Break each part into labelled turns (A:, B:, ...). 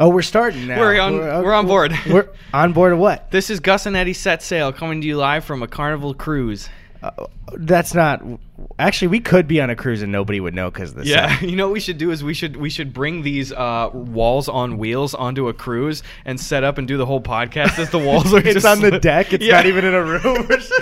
A: Oh, we're starting now.
B: We're on- we're on board.
A: We're on board of what?
B: This is Gus and Eddie Set Sail coming to you live from a carnival cruise.
A: Uh, that's not. Actually, we could be on a cruise and nobody would know because this.
B: Yeah, you know what we should do is we should we should bring these uh, walls on wheels onto a cruise and set up and do the whole podcast as the walls are.
A: it's
B: just
A: on the
B: sli-
A: deck. It's
B: Yeah.
A: not even in a room. We're just-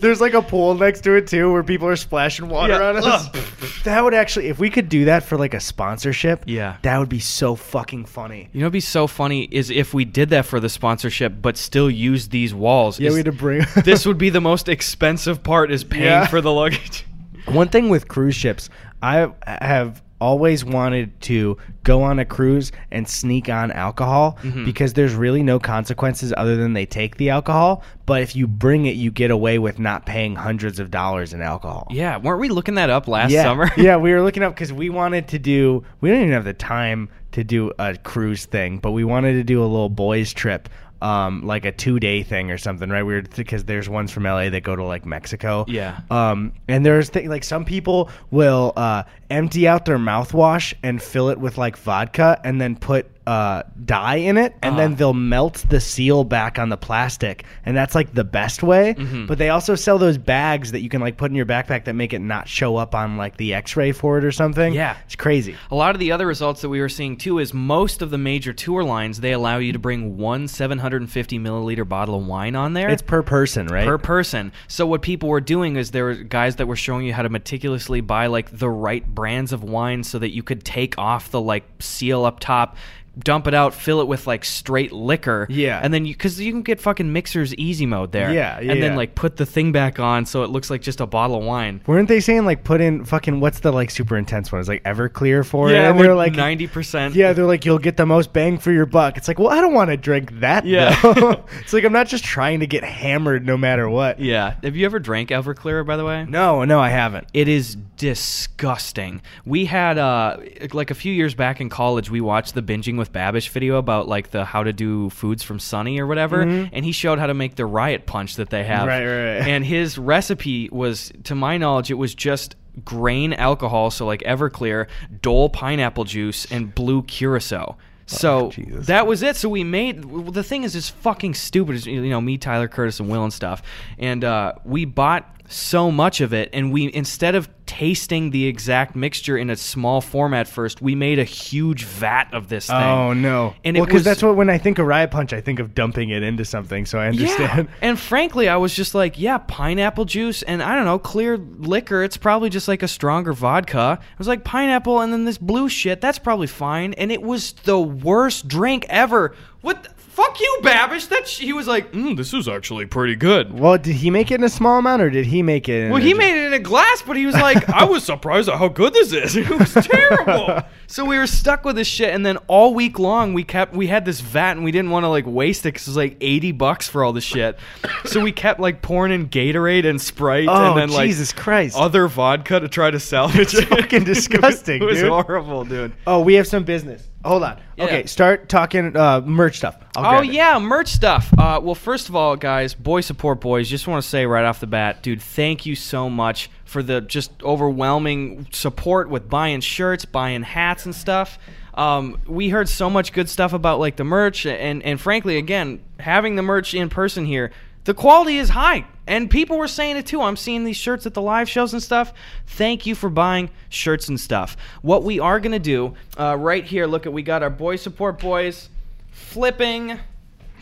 A: There's like a pool next to it too, where people are splashing water
B: Yeah.
A: on us.
B: Ugh.
A: that would actually, if we could do that for like a sponsorship,
B: Yeah.
A: that would be so fucking funny.
B: You know, what'd be so funny is if we did that for the sponsorship, but still use these walls.
A: Yeah,
B: is-
A: we had to bring
B: this would be the most expensive part is paying
A: Yeah.
B: for the luggage.
A: One thing with cruise ships, I have always wanted to go on a cruise and sneak on alcohol
B: Mm-hmm.
A: because there's really no consequences other than they take the alcohol. But if you bring it, you get away with not paying hundreds of dollars in alcohol.
B: Yeah, weren't we looking that up last
A: yeah.
B: summer?
A: yeah, we were looking up because we wanted to do. We didn't even have the time to do a cruise thing, but we wanted to do a little boys trip. Um, like a two day thing or something, right? We were because there's ones from LA that go to like Mexico.
B: Yeah.
A: Um, and there's th- like some people will uh, empty out their mouthwash and fill it with like vodka and then put uh, dye in it and
B: Uh-huh.
A: then they'll melt the seal back on the plastic and that's like the best way.
B: Mm-hmm.
A: But they also sell those bags that you can like put in your backpack that make it not show up on like the X-ray for it or something.
B: Yeah.
A: it's crazy.
B: A lot of the other results that we were seeing too is most of the major tour lines they allow you to bring one 750 milliliter bottle of wine on there.
A: It's per person, right?
B: per person. So what people were doing is there were guys that were showing you how to meticulously buy like the right brands of wine so that you could take off the like seal up top, dump it out, fill it with like straight liquor.
A: Yeah.
B: And then you cuz you can get fucking mixers easy mode there.
A: Yeah, yeah,
B: And then
A: yeah.
B: like put the thing back on so it looks like just a bottle of wine.
A: Weren't they saying like put in fucking what's the like super intense one? It's like Everclear for it. and they're like
B: 90%.
A: Yeah, they're like, you'll get the most bang for your buck. It's like, well, I don't want to drink that.
B: Yeah.
A: though. it's like, I'm not just trying to get hammered no matter what.
B: Yeah. Have you ever drank Everclear, by the way?
A: No, no, I haven't.
B: It is disgusting. We had uh like a few years back in college we watched the binging with Babish video about like the how to do foods from Sunny or whatever and he showed how to make the riot punch that they have.
A: Mm-hmm. Right, right, right.
B: And his recipe was to my knowledge it was just grain alcohol so like Everclear, Dole pineapple juice and blue curacao. So
A: Oh, Jesus.
B: that was it. So we made well, the thing is is fucking stupid. Is you know me, Tyler Curtis, and Will and stuff, and uh, we bought so much of it, and we instead of tasting the exact mixture in a small format first, we made a huge vat of this thing.
A: Oh no!
B: And
A: well,
B: it was
A: because that's what when I think of riot punch, I think of dumping it into something. So I understand.
B: Yeah. And frankly, I was just like, yeah, pineapple juice and I don't know, clear liquor. It's probably just like a stronger vodka. I was like, pineapple and then this blue shit. That's probably fine. And it was the worst drink ever. What? The, fuck you, Babish. That sh- he was like, mm, this is actually pretty good.
A: Well, did he make it in a small amount, or did he make it? In
B: Well,
A: a
B: he
A: ju-
B: made it in a glass, but he was like, I was surprised at how good this is. It was terrible. so we were stuck with this shit, and then all week long we kept we had this vat, and we didn't want to like waste it because it was like eighty bucks for all the shit. so we kept like pouring in Gatorade and Sprite,
A: Oh
B: and then like
A: Jesus Christ!
B: other vodka to try to salvage. It's
A: fucking disgusting,
B: it was
A: dude.
B: horrible, dude.
A: oh, we have some business. Hold on.
B: Yeah.
A: Okay, start talking uh, merch stuff. I'll
B: Oh
A: grab it.
B: yeah, merch stuff. Uh, well, first of all, guys, boy support boys. Just want to say right off the bat, dude, thank you so much for the just overwhelming support with buying shirts, buying hats, and stuff. Um, we heard so much good stuff about like the merch, and and frankly, again, having the merch in person here, the quality is high, and people were saying it too. I'm seeing these shirts at the live shows and stuff. Thank you for buying shirts and stuff. What we are gonna do uh, right here, look at we got our boy support boys flipping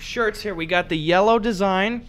B: shirts here. We got the yellow design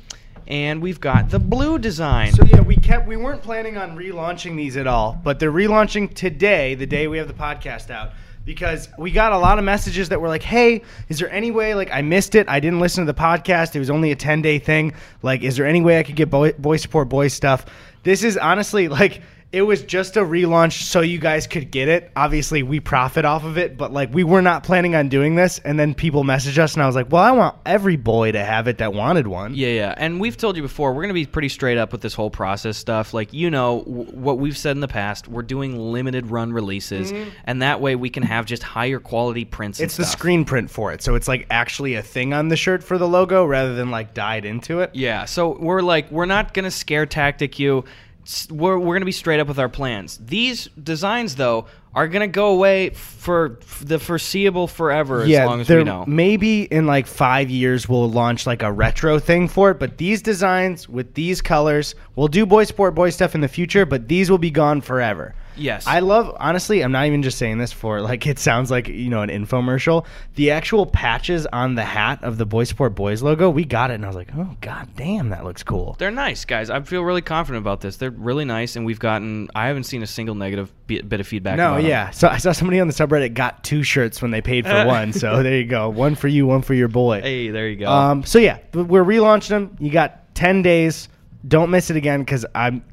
B: and we've got the blue design.
A: So yeah, we kept we weren't planning on relaunching these at all, but they're relaunching today, the day we have the podcast out. Because we got a lot of messages that were like, "Hey, is there any way like I missed it? I didn't listen to the podcast. It was only a 10-day thing. Like is there any way I could get boy, boy support boy stuff?" This is honestly like it was just a relaunch so you guys could get it. Obviously, we profit off of it, but like we were not planning on doing this and then people messaged us and I was like, "Well, I want every boy to have it that wanted one."
B: yeah, yeah. And we've told you before, we're going to be pretty straight up with this whole process stuff. Like, you know, w- what we've said in the past, we're doing limited run releases, and that way we can have just higher quality prints and
A: Mm-hmm. It's the
B: stuff.
A: screen print for it, so it's like actually a thing on the shirt for the logo rather than like dyed into it.
B: Yeah, so we're like, we're not gonna scare tactic you. s- we're, we're going to be straight up with our plans. These designs, though, are going to go away for f- the foreseeable forever as long as we
A: there-
B: know.
A: Maybe in like five years we'll launch like a retro thing for it. But these designs with these colors, we'll do boy sport boy stuff in the future, but these will be gone forever.
B: yes.
A: I love honestly, I'm not even just saying this for like it sounds like, you know, an infomercial. The actual patches on the hat of the Boy Sport Boys logo, we got it and I was like, Oh god damn, that looks cool.
B: They're nice, guys. I feel really confident about this. They're really nice, and we've gotten, I haven't seen a single negative bi- bit of feedback.
A: No,
B: about 'em.
A: yeah. So I saw somebody on the subreddit got two shirts when they paid for one. So there you go. One for you, one for your boy.
B: Hey, there you go.
A: Um, so yeah, th- we're relaunching them. You got ten days. Don't miss it again because I'm.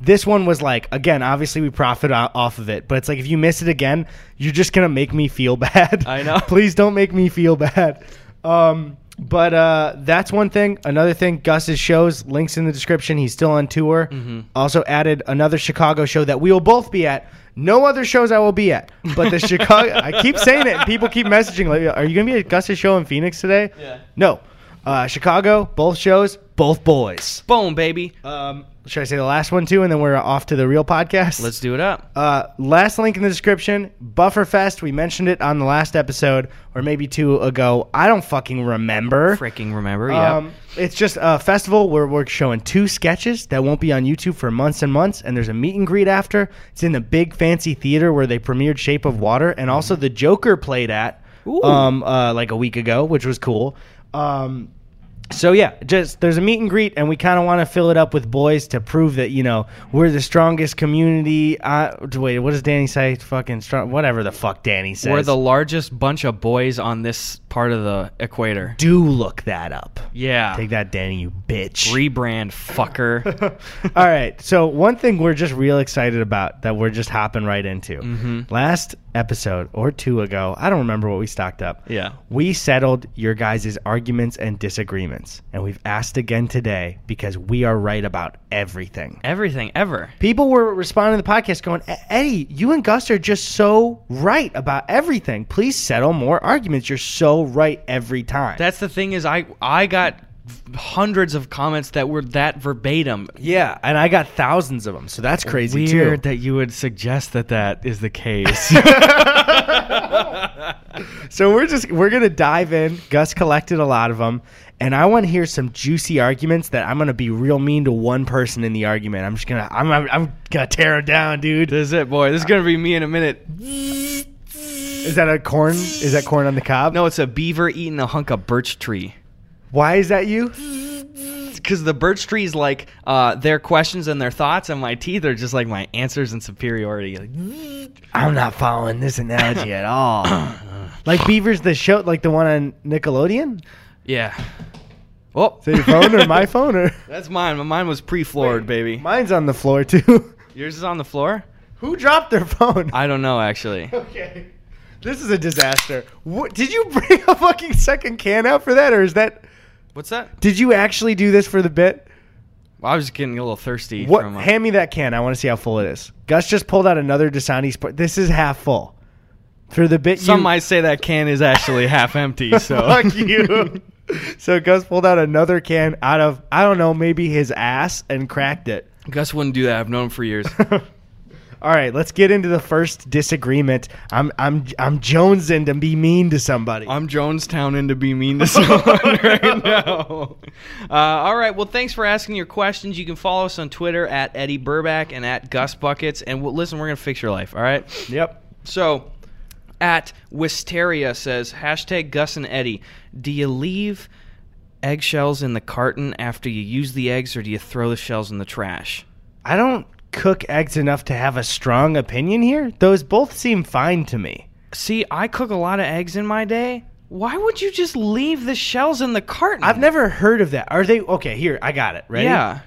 A: This one was like again. Obviously, we profit o- off of it, but it's like if you miss it again, you're just gonna make me feel bad.
B: I know.
A: Please don't make me feel bad. Um, but uh, that's one thing. Another thing, Gus's shows links in the description. He's still on tour.
B: Mm-hmm.
A: Also added another Chicago show that we will both be at. No other shows I will be at, but the Chicago. I keep saying it. and People keep messaging like, "Are you gonna be at Gus's show in Phoenix today?"
B: Yeah.
A: No. Uh, Chicago, both shows, both boys.
B: Boom, baby.
A: Um, should I say the last one too, and then we're off to the real podcast?
B: Let's do it up.
A: Uh, last link in the description. Bufferfest. We mentioned it on the last episode, or maybe two ago. I don't fucking remember.
B: Freaking remember,
A: er,
B: yeah.
A: Um, it's just a festival where we're showing two sketches that won't be on YouTube for months and months, and there's a meet and greet after. It's in the big fancy theater where they premiered Shape of Water, and also the Joker played at
B: Ooh.
A: um, uh, like a week ago, which was cool. Um, so yeah, just there's a meet and greet, and we kind of want to fill it up with boys to prove that you know we're the strongest community. Uh, wait, what does Danny say? Fucking strong, whatever the fuck Danny says.
B: We're the largest bunch of boys on this part of the equator.
A: do look that up.
B: Yeah.
A: Take that, Danny, you bitch.
B: Rebrand, fucker.
A: All right. So one thing we're just real excited about that we're just hopping right into.
B: Mm-hmm.
A: Last episode or two ago, I don't remember what we stocked up.
B: Yeah.
A: We settled your guys' arguments and disagreements, and we've asked again today because we are right about everything.
B: Everything ever.
A: People were responding to the podcast going, "E- Eddie, you and Gus are just so right about everything. Please settle more arguments. You're so right every time.
B: That's the thing is I I got hundreds of comments that were that verbatim.
A: yeah, and I got thousands of them, so that's crazy
B: Weird
A: too.
B: that you would suggest that that is the case.
A: So we're just we're gonna dive in. Gus collected a lot of them, and I want to hear some juicy arguments that I'm gonna be real mean to one person in the argument. I'm just gonna I'm I'm, I'm gonna tear him down, dude.
B: this is it, boy. This is gonna be me in a minute.
A: Is that a corn? Is that corn on the cob?
B: No, it's a beaver eating a hunk of birch tree.
A: Why is that you?
B: Because the birch tree's like uh, their questions and their thoughts, and my teeth are just like my answers and superiority. Like,
A: I'm not following this analogy at all. like Beaver's the show, like the one on Nickelodeon.
B: yeah. Oh,
A: Is that your phone or my phone or
B: that's mine. My mine was pre-floored, baby.
A: mine's on the floor too.
B: Yours is on the floor.
A: Who dropped their phone?
B: I don't know actually.
A: Okay. This is a disaster. What, did you bring a fucking second can out for that, or is that?
B: What's that?
A: Did you actually do this for the bit?
B: Well, I was getting a little thirsty.
A: What?
B: From, uh,
A: hand me that can. I want to see how full it is. Gus just pulled out another Dasani. Sp- this is half full. For the bit,
B: some
A: you,
B: might say that can is actually half empty. So
A: Fuck you. so Gus pulled out another can out of I don't know, maybe his ass, and cracked it.
B: Gus wouldn't do that. I've known him for years.
A: All right, let's get into the first disagreement. I'm I'm I'm jonesing to be mean to somebody.
B: I'm Jonestown to be mean to someone right now. Uh, all right. Well, thanks for asking your questions. You can follow us on Twitter at Eddie Burback and at Gus Buckets. And we'll, listen, we're going to fix your life. All right.
A: yep.
B: So, at Wisteria says hashtag Gus and Eddie. Do you leave eggshells in the carton after you use the eggs, or do you throw the shells in the trash?
A: I don't cook eggs enough to have a strong opinion here. Those both seem fine to me.
B: See, I cook a lot of eggs in my day. Why would you just leave the shells in the carton?
A: I've never heard of that. Are they okay? Here, I got it. Ready?
B: Yeah.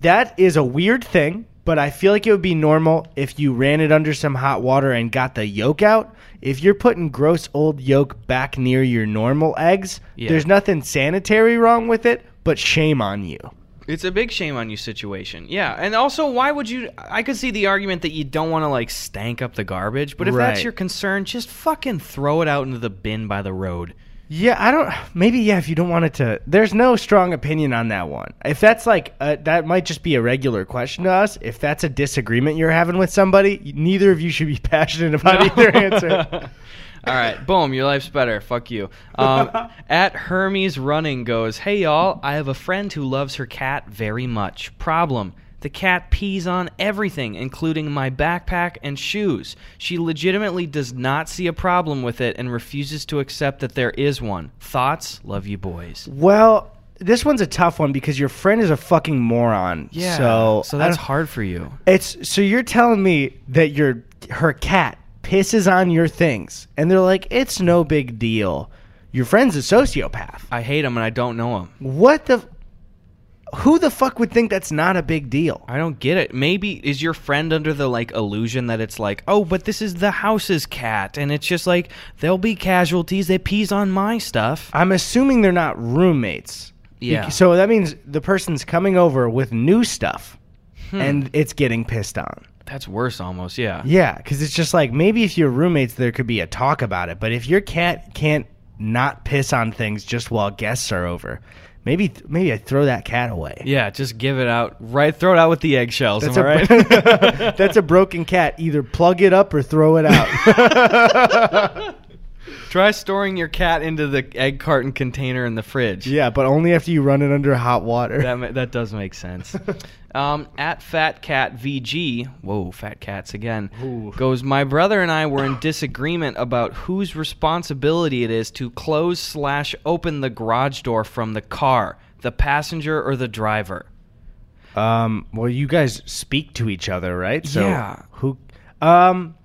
A: That is a weird thing, but I feel like it would be normal if you ran it under some hot water and got the yolk out. If you're putting gross old yolk back near your normal eggs,
B: Yeah.
A: there's nothing sanitary wrong with it, but shame on you.
B: It's a big shame on you situation. Yeah. And also, why would you? I could see the argument that you don't want to, like, stank up the garbage, but if
A: Right.
B: that's your concern, just fucking throw it out into the bin by the road.
A: Yeah, I don't. Maybe yeah. If you don't want it to, there's no strong opinion on that one. If that's like uh that might just be a regular question to us. If that's a disagreement you're having with somebody, neither of you should be passionate about either answer.
B: All right, boom, your life's better. Fuck you. Um, at Hermes Running goes, Hey y'all, I have a friend who loves her cat very much. Problem the cat pees on everything, including my backpack and shoes. She legitimately does not see a problem with it and refuses to accept that there is one. Thoughts? Love you, boys.
A: Well, this one's a tough one because your friend is a fucking moron.
B: Yeah.
A: So
B: so
A: I
B: that's
A: don't-
B: hard for you.
A: It's so you're telling me that your her cat pisses on your things, and they're like, it's no big deal. Your friend's a sociopath.
B: I hate him and I don't know him.
A: What the? Who the fuck would think that's not a big deal?
B: I don't get it. Maybe is your friend under the like illusion that it's like, oh, but this is the house's cat, and it's just like there'll be casualties. It pees on my stuff.
A: I'm assuming they're not roommates.
B: Yeah.
A: So that means the person's coming over with new stuff,
B: Hmm.
A: and it's getting pissed on.
B: That's worse, almost. Yeah.
A: Yeah, because it's just like maybe if you're roommates, there could be a talk about it. But if your cat can't not piss on things just while guests are over, maybe maybe I throw that cat away.
B: Yeah. Just give it out. Right. Throw it out with the eggshells.
A: That's
B: am I
A: a,
B: right?
A: that's a broken cat. Either plug it up or throw it out.
B: Try storing your cat into the egg carton container in the fridge.
A: yeah, but only after you run it under hot water.
B: That ma- that does make sense. Um, at Fat Cat VG, whoa, Fat Cats again,
A: Ooh.
B: goes. My brother and I were in disagreement about whose responsibility it is to close slash open the garage door from the car, the passenger or the driver.
A: Um, well, you guys speak to each other, right?
B: Yeah.
A: Who? Um,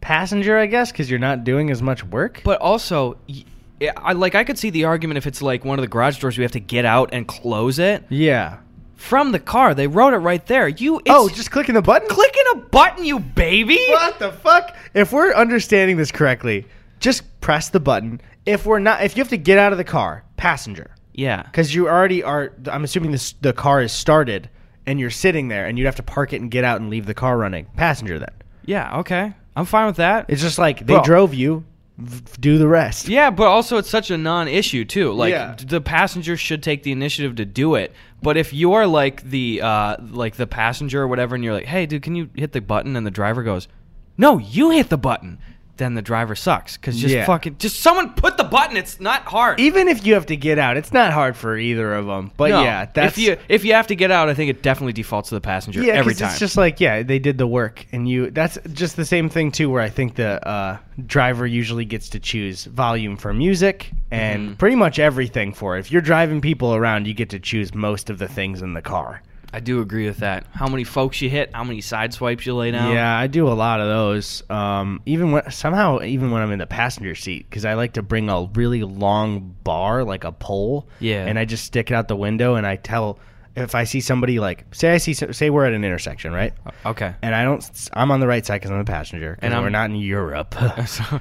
A: passenger, I guess, because you're not doing as much work.
B: But also, y- yeah, I like I could see the argument if it's like one of the garage doors we have to get out and close it
A: yeah.
B: from the car. They wrote it right there. You it's,
A: oh, just clicking the button.
B: clicking a button, you baby.
A: What the fuck? If we're understanding this correctly, just press the button. If we're not, if you have to get out of the car, passenger,
B: Yeah.
A: because you already are. I'm assuming this the car is started and you're sitting there, and you'd have to park it and get out and leave the car running. Passenger, then
B: Yeah. Okay. I'm fine with that.
A: it's just like they
B: Bro.
A: drove you. v- Do the rest.
B: Yeah, but also it's such a non-issue too. Like
A: Yeah.
B: d- the passenger should take the initiative to do it. But if you are like the uh, like the passenger or whatever, and you're like, "Hey, dude, can you hit the button?" and the driver goes, "No, you hit the button," then the driver sucks because just
A: Yeah.
B: fucking just someone put the button. It's not hard.
A: even if you have to get out, it's not hard for either of them. But
B: No.
A: yeah, that's
B: if you if you have to get out, I think it definitely defaults to the passenger
A: yeah,
B: every
A: 'cause
B: time.
A: It's just like yeah, they did the work, and you. That's just the same thing too, where I think the uh, driver usually gets to choose volume for music and
B: Mm-hmm.
A: pretty much everything for it. If you're driving people around, you get to choose most of the things in the car.
B: I do agree with that. How many folks you hit? How many side swipes you lay down?
A: Yeah, I do a lot of those. Um, even when somehow, even when I'm in the passenger seat, because I like to bring a really long bar, like a pole.
B: Yeah.
A: and I just stick it out the window, and I tell if I see somebody like say I see say we're at an intersection, right?
B: Okay.
A: And I don't. I'm on the right side because I'm the passenger, and
B: Uh, And I'm-
A: we're not in Europe.
B: So-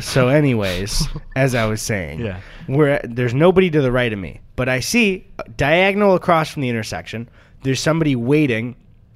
A: so, anyways, as I was saying,
B: Yeah.
A: we're at- there's nobody to the right of me, but I see uh, diagonal across from the intersection. There's somebody waiting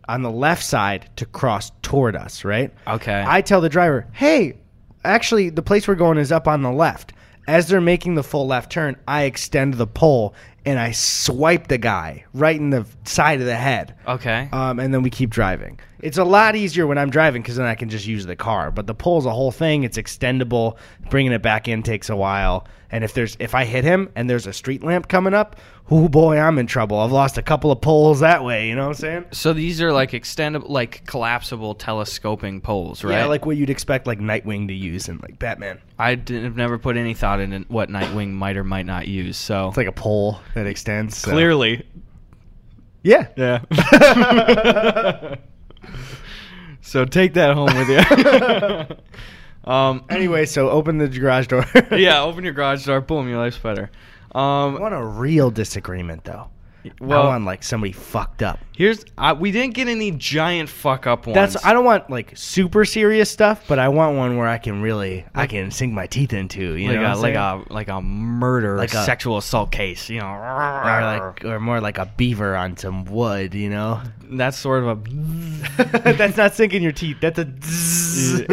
A: on the left side to cross toward us. Right.
B: okay.
A: I tell the driver, hey, actually, the place we're going is up on the left. As they're making the full left turn, I extend the pole and I swipe the guy right in the side of the head.
B: okay.
A: Um, and then we keep driving. It's a lot easier when I'm driving because then I can just use the car. But the pole's a whole thing. It's extendable. Bringing it back in takes a while. And if there's if I hit him and there's a street lamp coming up, oh boy, I'm in trouble. I've lost a couple of poles that way. You know what I'm saying?
B: So these are like extendable, like collapsible telescoping poles, right?
A: Yeah, like what you'd expect like Nightwing to use in like Batman.
B: I didn't, have never put any thought into what Nightwing might or might not use. So
A: It's like a pole that extends. so-
B: clearly,
A: Yeah.
B: yeah. so take that home with you. um,
A: Anyway, so open the garage door.
B: yeah, open your garage door. Boom, your life's better.
A: I
B: Um,
A: want a real disagreement though. I
B: well,
A: want like somebody fucked up.
B: here's I, we didn't get any giant fuck up ones.
A: That's I don't want like super serious stuff, but I want one where I can really I can sink my teeth into. You
B: like
A: know,
B: a, like a like a murder,
A: Like
B: like
A: a-
B: a sexual assault case. You know,
A: or like or more like a beaver on some wood. You know,
B: that's sort of a.
A: that's not sinking your teeth. That's a.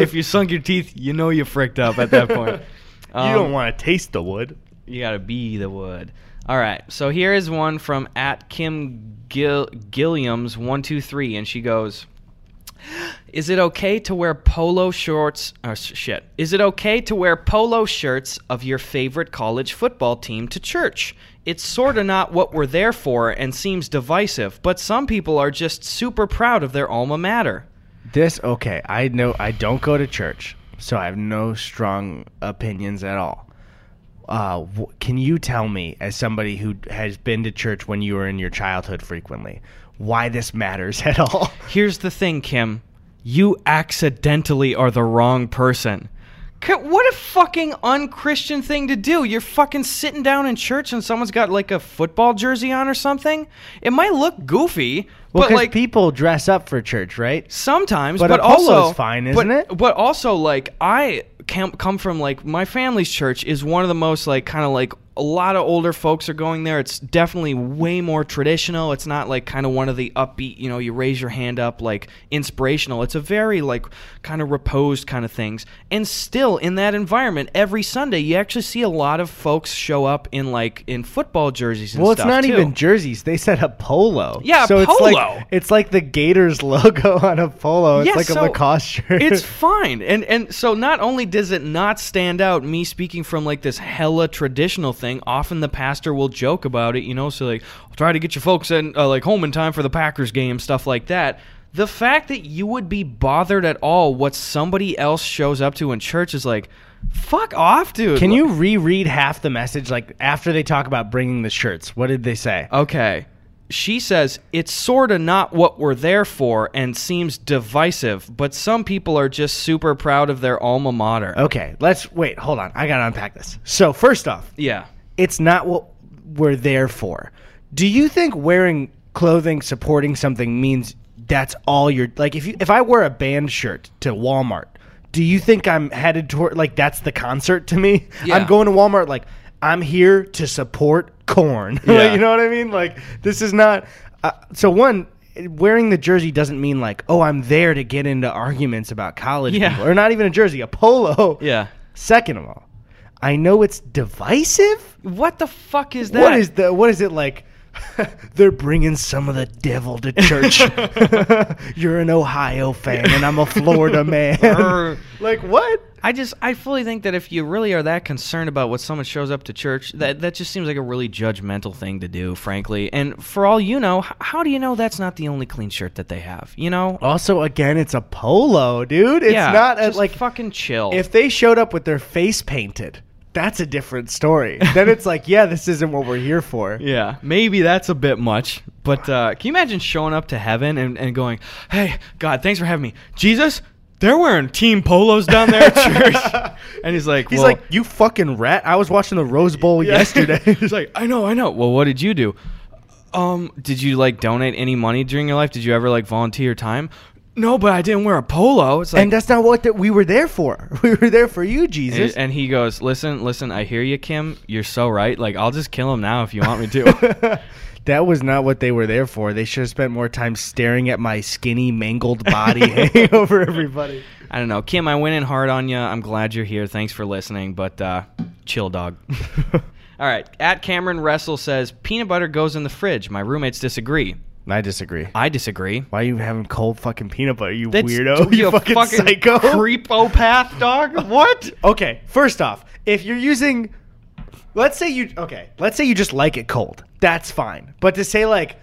B: if you sunk your teeth, you know you fricked up at that point. Um,
A: you don't want to taste the wood.
B: You gotta be the wood. All right. So here is one from at Kim Gil- Gilliams one two three, and she goes, "Is it okay to wear polo shorts? Or sh- shit. Is it okay to wear polo shirts of your favorite college football team to church? It's sorta not what we're there for, and seems divisive. But some people are just super proud of their alma mater."
A: This okay. I know I don't go to church, so I have no strong opinions at all. Uh, wh- can you tell me, as somebody who has been to church when you were in your childhood frequently, why this matters at all?
B: Here's the thing, Kim. You accidentally are the wrong person. C- What a fucking unchristian thing to do. You're fucking sitting down in church and someone's got like a football jersey on or something. It might look goofy,
A: Well,
B: but
A: because
B: like
A: people dress up for church, right?
B: sometimes,
A: But
B: but,
A: a polo's
B: also
A: fine,
B: but-
A: isn't it?
B: But also like I can come from like my family's church is one of the most like kind of like a lot of older folks are going there. It's definitely way more traditional. It's not like kind of one of the upbeat, you know, you raise your hand up like inspirational. It's a very like kind of reposed kind of things. And still in that environment every Sunday you actually see a lot of folks show up in like in football jerseys and
A: Well, it's
B: stuff
A: not
B: too.
A: even jerseys. They said a polo.
B: Yeah,
A: so It's
B: polo.
A: like, it's like the Gators logo on a polo. It's
B: Yeah,
A: like a
B: so
A: Lacoste shirt.
B: it's fine and and so not only does it not stand out me speaking from like this hella traditional thing often the pastor will joke about it you know so like try to get your folks in uh, like home in time for the packers game stuff like that the fact that you would be bothered at all what somebody else shows up to in church is like fuck off dude
A: Can you reread half the message? Like after they talk about bringing the shirts, what did they say?
B: Okay. She says it's sort of not what we're there for and seems divisive, but some people are just super proud of their alma mater.
A: Okay, let's wait. Hold on, I gotta unpack this. So first off,
B: Yeah.
A: it's not what we're there for. Do you think wearing clothing supporting something means that's all you're like? If you if I wear a band shirt to Walmart, do you think I'm headed toward like that's the concert to me?
B: Yeah.
A: I'm going to Walmart like I'm here to support corn. Like,
B: Yeah.
A: you know what I mean? Like this is not. Uh, so one. Wearing the jersey doesn't mean like, oh, I'm there to get into arguments about college
B: Yeah.
A: people, or not even a jersey, a polo.
B: Yeah.
A: Second of all, I know it's divisive,
B: What the fuck is that?
A: what is the what is it like? They're bringing some of the devil to church. You're an Ohio fan, and I'm a Florida man.
B: Err.
A: like what?
B: I just I fully think that if you really are that concerned about what someone shows up to church, that that just seems like a really judgmental thing to do, frankly. And for all you know, h- how do you know that's not the only clean shirt that they have? You know?
A: Also, again, it's a polo, dude. It's
B: yeah,
A: not a,
B: just
A: like
B: fucking chill.
A: if they showed up with their face painted. That's a different story. then it's like, yeah, this isn't what we're here for.
B: Yeah, maybe that's a bit much. But uh, can you imagine showing up to heaven and, and going, "Hey, God, thanks for having me, Jesus." They're wearing team polos down there at church, and he's like,
A: He's
B: well-
A: like, you fucking rat. I was watching the Rose Bowl
B: Yeah.
A: yesterday.
B: he's like, "I know, I know." Well, what did you do? Um, did you like donate any money during your life? Did you ever like volunteer time? No, but I didn't wear a polo. It's like,
A: and that's not what that we were there for. We were there for you,
B: and,
A: Jesus.
B: and he goes, "Listen, listen, I hear you, Kim. You're so right. Like, I'll just kill him now if you want me to."
A: that was not what they were there for. They should have spent more time staring at my skinny, mangled body hanging over everybody.
B: I don't know, Kim. I went in hard on you. I'm glad you're here. Thanks for listening, but uh, chill, dog. All right. At Cameron Wrestle says peanut butter goes in the fridge. My roommates disagree.
A: I disagree.
B: I disagree.
A: Why are you having cold fucking peanut butter, you
B: That's-
A: weirdo? You, fucking, psycho.
B: creepopath, dog. What?
A: okay, first off, if you're using. Let's say you. Okay, let's say you just like it cold. That's fine. But to say, like,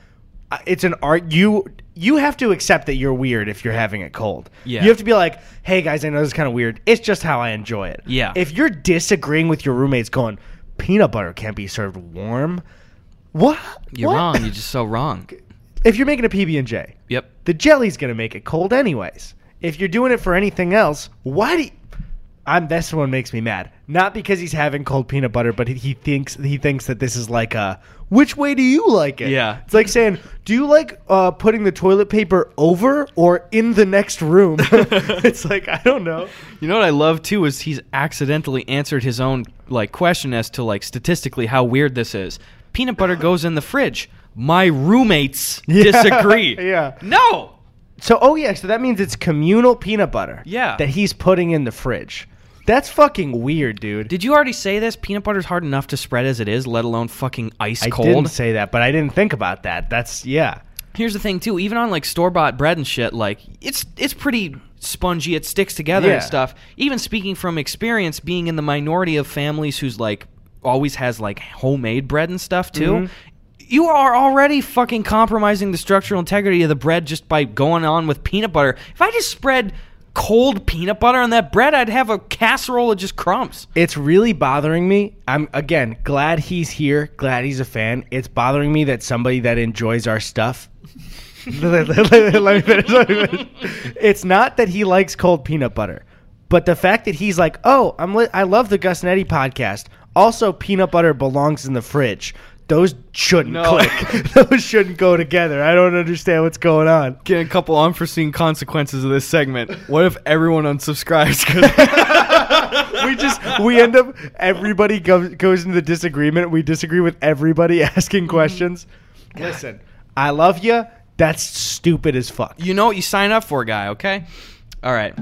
A: uh, it's an art. You. You have to accept that you're weird if you're having it cold.
B: Yeah.
A: You have to be like, hey guys, I know this is kind of weird. It's just how I enjoy it.
B: Yeah.
A: If you're disagreeing with your roommates, going, peanut butter can't be served warm. What?
B: You're
A: What?
B: wrong. You're just so wrong.
A: If you're making a PB and J,
B: Yep.
A: the jelly's gonna make it cold anyways. If you're doing it for anything else, why do you, I'm this one makes me mad. Not because he's having cold peanut butter, but he, he thinks he thinks that this is like a which way do you like it?
B: Yeah.
A: It's like saying, Do you like uh, putting the toilet paper over or in the next room? it's like I don't know.
B: You know what I love too is he's accidentally answered his own like question as to like statistically how weird this is. Peanut butter goes in the fridge. My roommates disagree.
A: yeah.
B: No.
A: So oh yeah, so that means it's communal peanut butter.
B: Yeah.
A: That he's putting in the fridge. That's fucking weird, dude.
B: Did you already say this? Peanut butter's hard enough to spread as it is, let alone fucking ice
A: I
B: cold.
A: didn't say that, but I didn't think about that. That's yeah.
B: Here's the thing too, even on like store bought bread and shit, like it's it's pretty spongy, it sticks together
A: Yeah.
B: and stuff. Even speaking from experience, being in the minority of families who's like always has like homemade bread and stuff too.
A: Mhm.
B: You are already fucking compromising the structural integrity of the bread just by going on with peanut butter. If I just spread cold peanut butter on that bread, I'd have a casserole of just crumbs.
A: It's really bothering me. I'm again glad he's here, glad he's a fan. It's bothering me that somebody that enjoys our stuff. let, me finish, let me finish. It's not that he likes cold peanut butter, but the fact that he's like, "Oh, I'm li- I love the Gus and Eddie podcast. Also, peanut butter belongs in the fridge." Those shouldn't
B: No.
A: click. Those shouldn't go together. I don't understand what's going on.
B: Get a couple unforeseen consequences of this segment. What if everyone unsubscribes?
A: we just we end up everybody goes goes into the disagreement. We disagree with everybody asking questions. Listen, I love you. That's stupid as fuck.
B: You know what you sign up for, guy, okay? All right.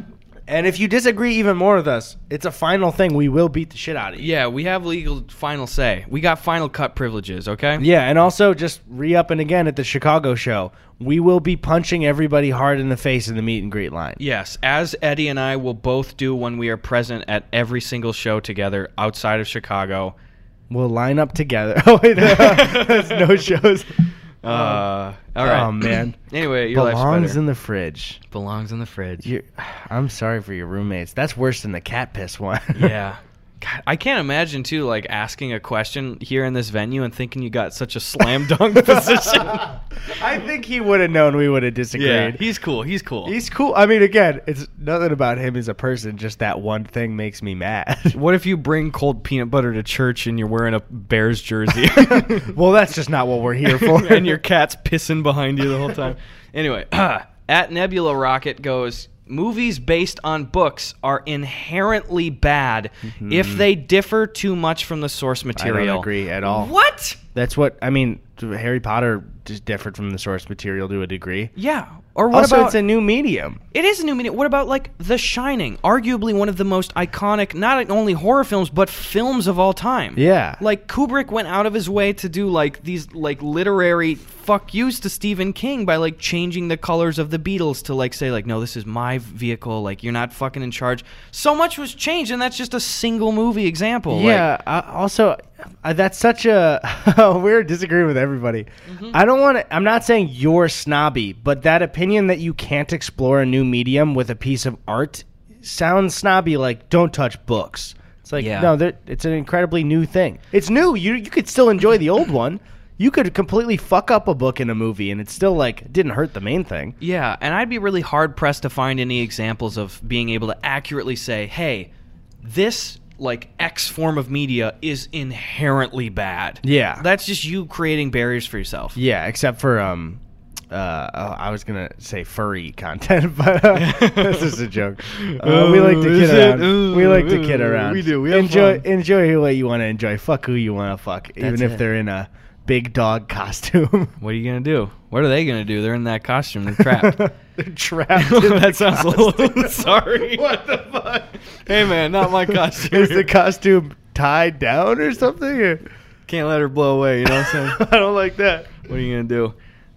A: And if you disagree even more with us, it's a final thing. We will beat the shit out of you.
B: Yeah, we have legal final say. We got final cut privileges, okay?
A: Yeah, and also just re upping again at the Chicago show. We will be punching everybody hard in the face in the meet and greet line.
B: Yes, as Eddie and I will both do when we are present at every single show together outside of Chicago.
A: We'll line up together. Oh, wait, no, that's no shows.
B: Uh, all right.
A: Oh, man.
B: anyway, your life's
A: Belongs
B: better.
A: in the fridge.
B: belongs in the fridge.
A: you I'm sorry for your roommates. That's worse than the cat piss one.
B: yeah. God, I can't imagine too, like asking a question here in this venue and thinking you got such a slam dunk position.
A: I think he would have known we would have disagreed.
B: Yeah, he's cool. He's cool.
A: he's cool. I mean, again, it's nothing about him as a person. Just that one thing makes me mad.
B: what if you bring cold peanut butter to church and you're wearing a Bears jersey?
A: well, that's just not what we're here for.
B: and your cat's pissing behind you the whole time. Anyway, at Nebula Rocket goes movies based on books are inherently bad if they differ too much from the source material.
A: Mm-hmm. agree at all.
B: What?
A: That's what I mean. Harry Potter just differed from the source material to a degree.
B: Yeah. Or what
A: also,
B: about
A: it's a new medium.
B: It is a new meaning. What about like The Shining? Arguably one of the most iconic, not only horror films, but films of all time.
A: Yeah.
B: Like Kubrick went out of his way to do like these like literary fuck yous to Stephen King by like changing the colors of the Beatles to like say like no this is my vehicle like you're not fucking in charge. So much was changed and that's just a single movie example. Like,
A: Yeah. I, also, I, that's such a we're disagreeing with everybody.
B: Mm-hmm.
A: I don't want to. I'm not saying you're snobby, but that opinion that you can't explore a new medium with a piece of art sounds snobby. Like, don't touch books. It's like
B: Yeah.
A: no, they're- it's an incredibly new thing. It's new. You you could still enjoy the old one. You could completely fuck up a book in a movie, and it's still like didn't hurt the main thing.
B: Yeah, and I'd be really hard pressed to find any examples of being able to accurately say, "Hey, this like X form of media is inherently bad."
A: Yeah.
B: that's just you creating barriers for yourself.
A: Yeah, except for um, uh, oh, I was gonna say furry content, but uh, this is a joke. Uh, we like to
B: Ooh,
A: kid
B: is it?
A: around. we like to
B: Ooh,
A: kid around.
B: we do. We have
A: enjoy
B: fun.
A: enjoy who you want to enjoy. Fuck who you want to fuck, even if
B: it.
A: they're in a big dog costume.
B: What are you gonna do? What are they gonna do? They're in that costume. They're trapped.
A: They're trapped. in the
B: that sounds a
A: costume.
B: little sorry.
A: What the fuck?
B: Hey man, not my costume.
A: Is the costume tied down or something? Or-
B: Can't let her blow away. You know what I'm saying?
A: I don't like that.
B: What are you gonna do?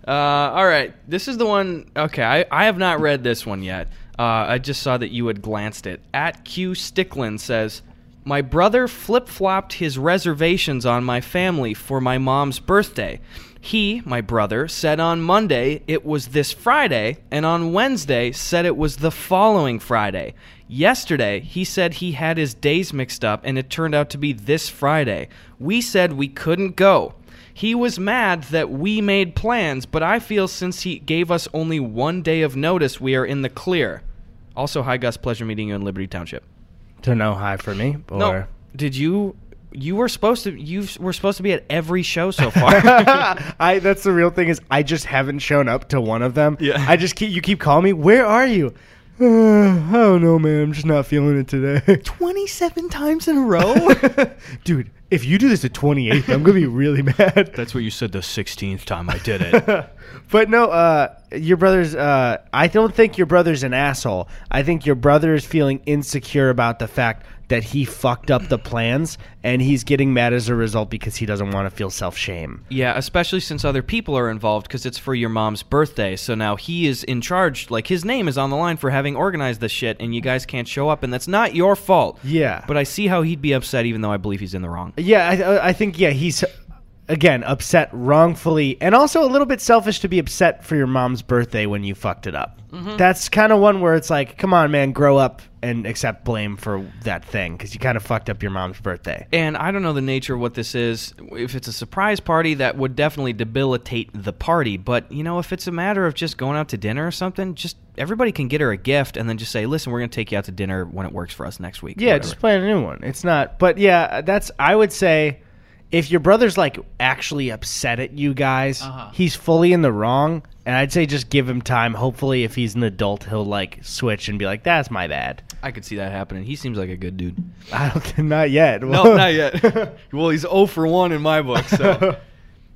B: Uh, all right, this is the one. Okay, I, I have not read this one yet. Uh, I just saw that you had glanced it. At Q Stickland says, "My brother flip flopped his reservations on my family for my mom's birthday. He, my brother, said on Monday it was this Friday, and on Wednesday said it was the following Friday. Yesterday, he said he had his days mixed up, and it turned out to be this Friday. We said we couldn't go." He was mad that we made plans, but I feel since he gave us only one day of notice, we are in the clear. Also, hi Gus, pleasure meeting you in Liberty Township.
A: So no hi for me. Or
B: No, did you? You were supposed to. You were supposed to be at every show so far.
A: I that's the real thing is I just haven't shown up to one of them.
B: Yeah.
A: I just keep you keep calling me. Where are you? Uh, I don't know, man. I'm just not feeling it today.
B: Twenty-seven times in a row.
A: Dude, if you do this at 28th, I'm gonna be really mad.
B: That's what you said the 16th time I did it.
A: But no, uh, your brother's. Uh, I don't think your brother's an asshole. I think your brother is feeling insecure about the fact that he fucked up the plans, and he's getting mad as a result because he doesn't want to feel self shame.
B: yeah, especially since other people are involved because it's for your mom's birthday. So now he is in charge. Like his name is on the line for having organized this shit, and you guys can't show up, and that's not your fault.
A: Yeah.
B: But I see how he'd be upset, even though I believe he's in the wrong.
A: Yeah, I, I think yeah he's again upset wrongfully, and also a little bit selfish to be upset for your mom's birthday when you fucked it up. That's kind of one where it's like, come on, man, grow up and accept blame for that thing because you kind of fucked up your mom's birthday.
B: And I don't know the nature of what this is. If it's a surprise party, that would definitely debilitate the party. But, you know, if it's a matter of just going out to dinner or something, just everybody can get her a gift and then just say, listen, we're going to take you out to dinner when it works for us next week.
A: Yeah,
B: whatever.
A: just plan a new one. It's not, but yeah, that's I would say. If your brother's like actually upset at you guys, he's fully in the wrong, and I'd say just give him time. Hopefully, if he's an adult, he'll like switch and be like, "That's my bad."
B: I could see that happening. He seems like a good dude.
A: I don't think not yet.
B: No, not yet. well, he's 0 for 1 in my book, so.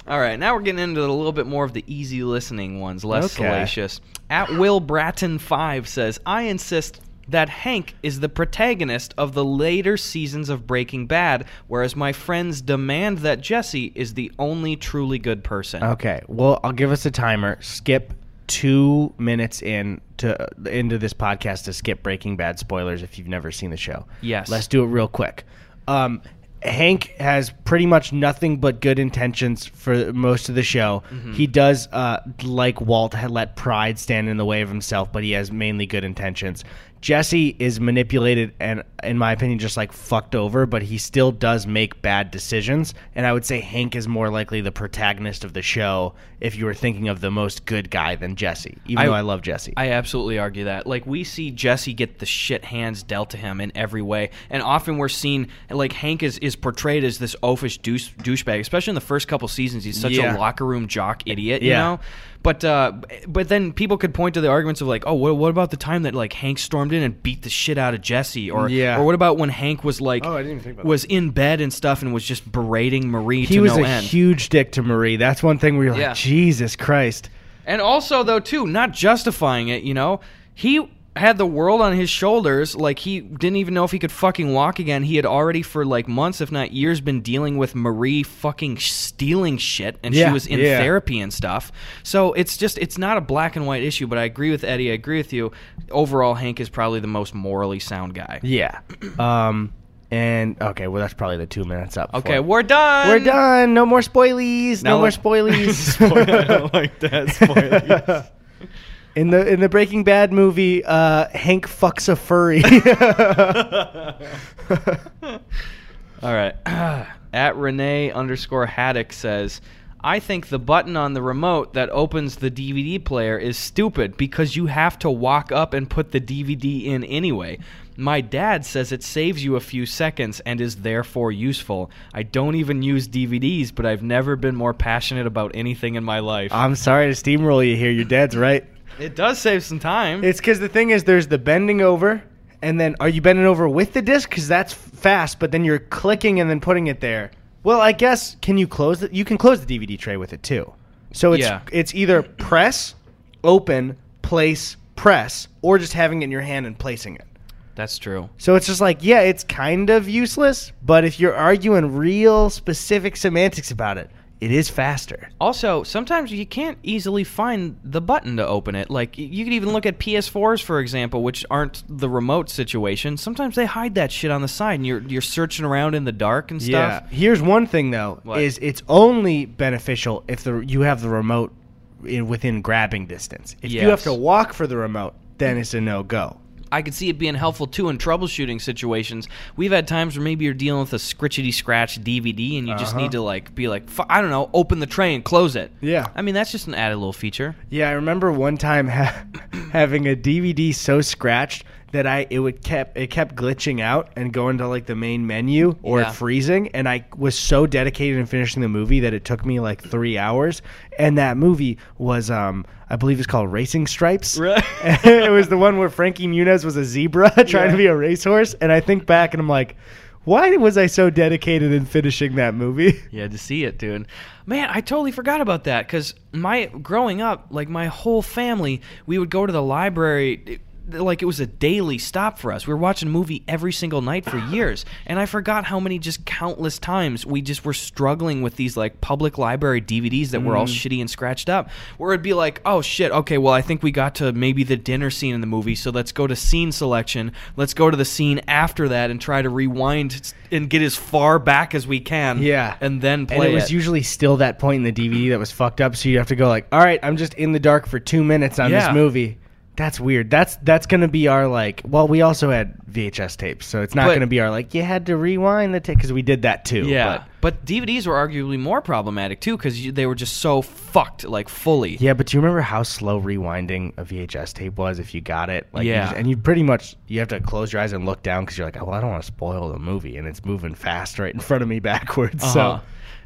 B: All right, now we're getting into a little bit more of the easy listening ones, less
A: Okay.
B: salacious. At Will Bratton 5 says, I insist that Hank is the protagonist of the later seasons of Breaking Bad, whereas my friends demand that Jesse is the only truly good person.
A: Okay. Well, I'll give us a timer. Skip two minutes in to into this podcast to skip Breaking Bad spoilers if you've never seen the show.
B: Yes.
A: Let's do it real quick. Um, Hank has pretty much nothing but good intentions for most of the show.
B: Mm-hmm.
A: He does, uh, like Walt, had let pride stand in the way of himself, but he has mainly good intentions. Jesse is manipulated and, in my opinion, just like fucked over, but he still does make bad decisions. And I would say Hank is more likely the protagonist of the show if you were thinking of the most good guy than Jesse, even
B: I-
A: though I love Jesse.
B: I absolutely argue that. Like we see Jesse get the shit hands dealt to him in every way, and often we're seen like Hank is, is portrayed as this oafish douche, douchebag, especially in the first couple seasons. He's such
A: Yeah.
B: a locker room jock idiot, you
A: Yeah.
B: know. But uh, but then people could point to the arguments of like, oh, what, what about the time that like Hank stormed in and beat the shit out of Jesse, or
A: Yeah.
B: or what about when Hank was like,
A: Oh, I didn't even think about
B: was in bed and stuff and was just berating Marie
A: he
B: to
A: was
B: no
A: a
B: end.
A: huge dick to Marie. That's one thing where you're
B: Yeah.
A: like, Jesus Christ.
B: And also, though, too, not justifying it, you know, he had the world on his shoulders. Like, he didn't even know if he could fucking walk again. He had already, for like months, if not years, been dealing with Marie fucking stealing shit, and she
A: Yeah,
B: was in
A: yeah.
B: therapy and stuff. So it's just, it's not a black and white issue, but I agree with Eddie. I agree with you. Overall, Hank is probably the most morally sound guy.
A: Yeah. Um. And okay, well, that's probably the two minutes up.
B: Okay,
A: for-
B: we're done.
A: we're done. No more spoilies.
B: Now
A: no more
B: let-
A: spoilies.
B: like that. Spoilers.
A: in the in the Breaking Bad movie, uh, Hank fucks a furry.
B: All right. At Renee underscore Haddock says, I think the button on the remote that opens the DVD player is stupid because you have to walk up and put the DVD in anyway. My dad says it saves you a few seconds and is therefore useful. I don't even use DVDs, but I've never been more passionate about anything in my life.
A: I'm sorry to steamroll you here. Your dad's right.
B: it does save some time.
A: It's because the thing is, there's the bending over, and then are you bending over with the disc? Because that's fast, but then you're clicking and then putting it there. Well, I guess can you close it? You can close the DVD tray with it too. So it's
B: Yeah.
A: it's either press, open, place, press, or just having it in your hand and placing it.
B: That's true.
A: So it's just like, yeah, it's kind of useless, but if you're arguing real specific semantics about it, it is faster.
B: Also, sometimes you can't easily find the button to open it. Like y- you could even look at PS4s, for example, which aren't the remote situation. Sometimes they hide that shit on the side, and you're you're searching around in the dark and stuff.
A: Here's one thing though:
B: What?
A: is it's only beneficial if the you have the remote in, within grabbing distance. If you have
B: Yes.
A: to walk for the remote, then it's a no go.
B: I could see it being helpful too in troubleshooting situations. We've had times where maybe you're dealing with a scritchety scratch DVD, and you just need to like be like, "Fu- I don't know, open the tray and close it.
A: Yeah.
B: I mean that's just an added little feature.
A: Yeah, I remember one time ha- having a DVD so scratched that I it would kept it kept glitching out and going to like the main menu or
B: Yeah.
A: freezing, and I was so dedicated in finishing the movie that it took me like three hours. And that movie was, um, I believe it's called Racing Stripes.
B: Right.
A: it was the one where Frankie Muniz was a zebra trying
B: Yeah.
A: to be a racehorse, and I think back and I'm like. Why was I so dedicated in finishing that movie?
B: You had to see it, dude. Man, I totally forgot about that because my growing up, like my whole family, we would go to the library. it- like it was a daily stop for us. We were watching a movie every single night for years, and I forgot how many just countless times we just were struggling with these like public library DVDs that were all shitty and scratched up. Where it'd be like, "Oh shit, okay, well I think we got to maybe the dinner scene in the movie, so let's go to scene selection. Let's go to the scene after that and try to rewind and get as far back as we can."
A: Yeah.
B: and then play
A: and it was usually still that point in the DVD that was fucked up, so you'd have to go like, "All right, I'm just in the dark for two minutes on
B: Yeah.
A: this movie." That's weird. That's that's gonna be our like. Well, we also had VHS tapes, so it's not
B: But-
A: gonna be our like. You had to rewind the tape because we did that too.
B: Yeah, but, DVDs were arguably more problematic too because they were just so fucked, like fully.
A: Yeah, but do you remember how slow rewinding a VHS tape was if you got it? Like you
B: Yeah.
A: just- and you pretty much you have to close your eyes and look down because you're like, oh, well, I don't want to spoil the movie, and it's moving fast right in front of me backwards.
B: Uh-huh.
A: So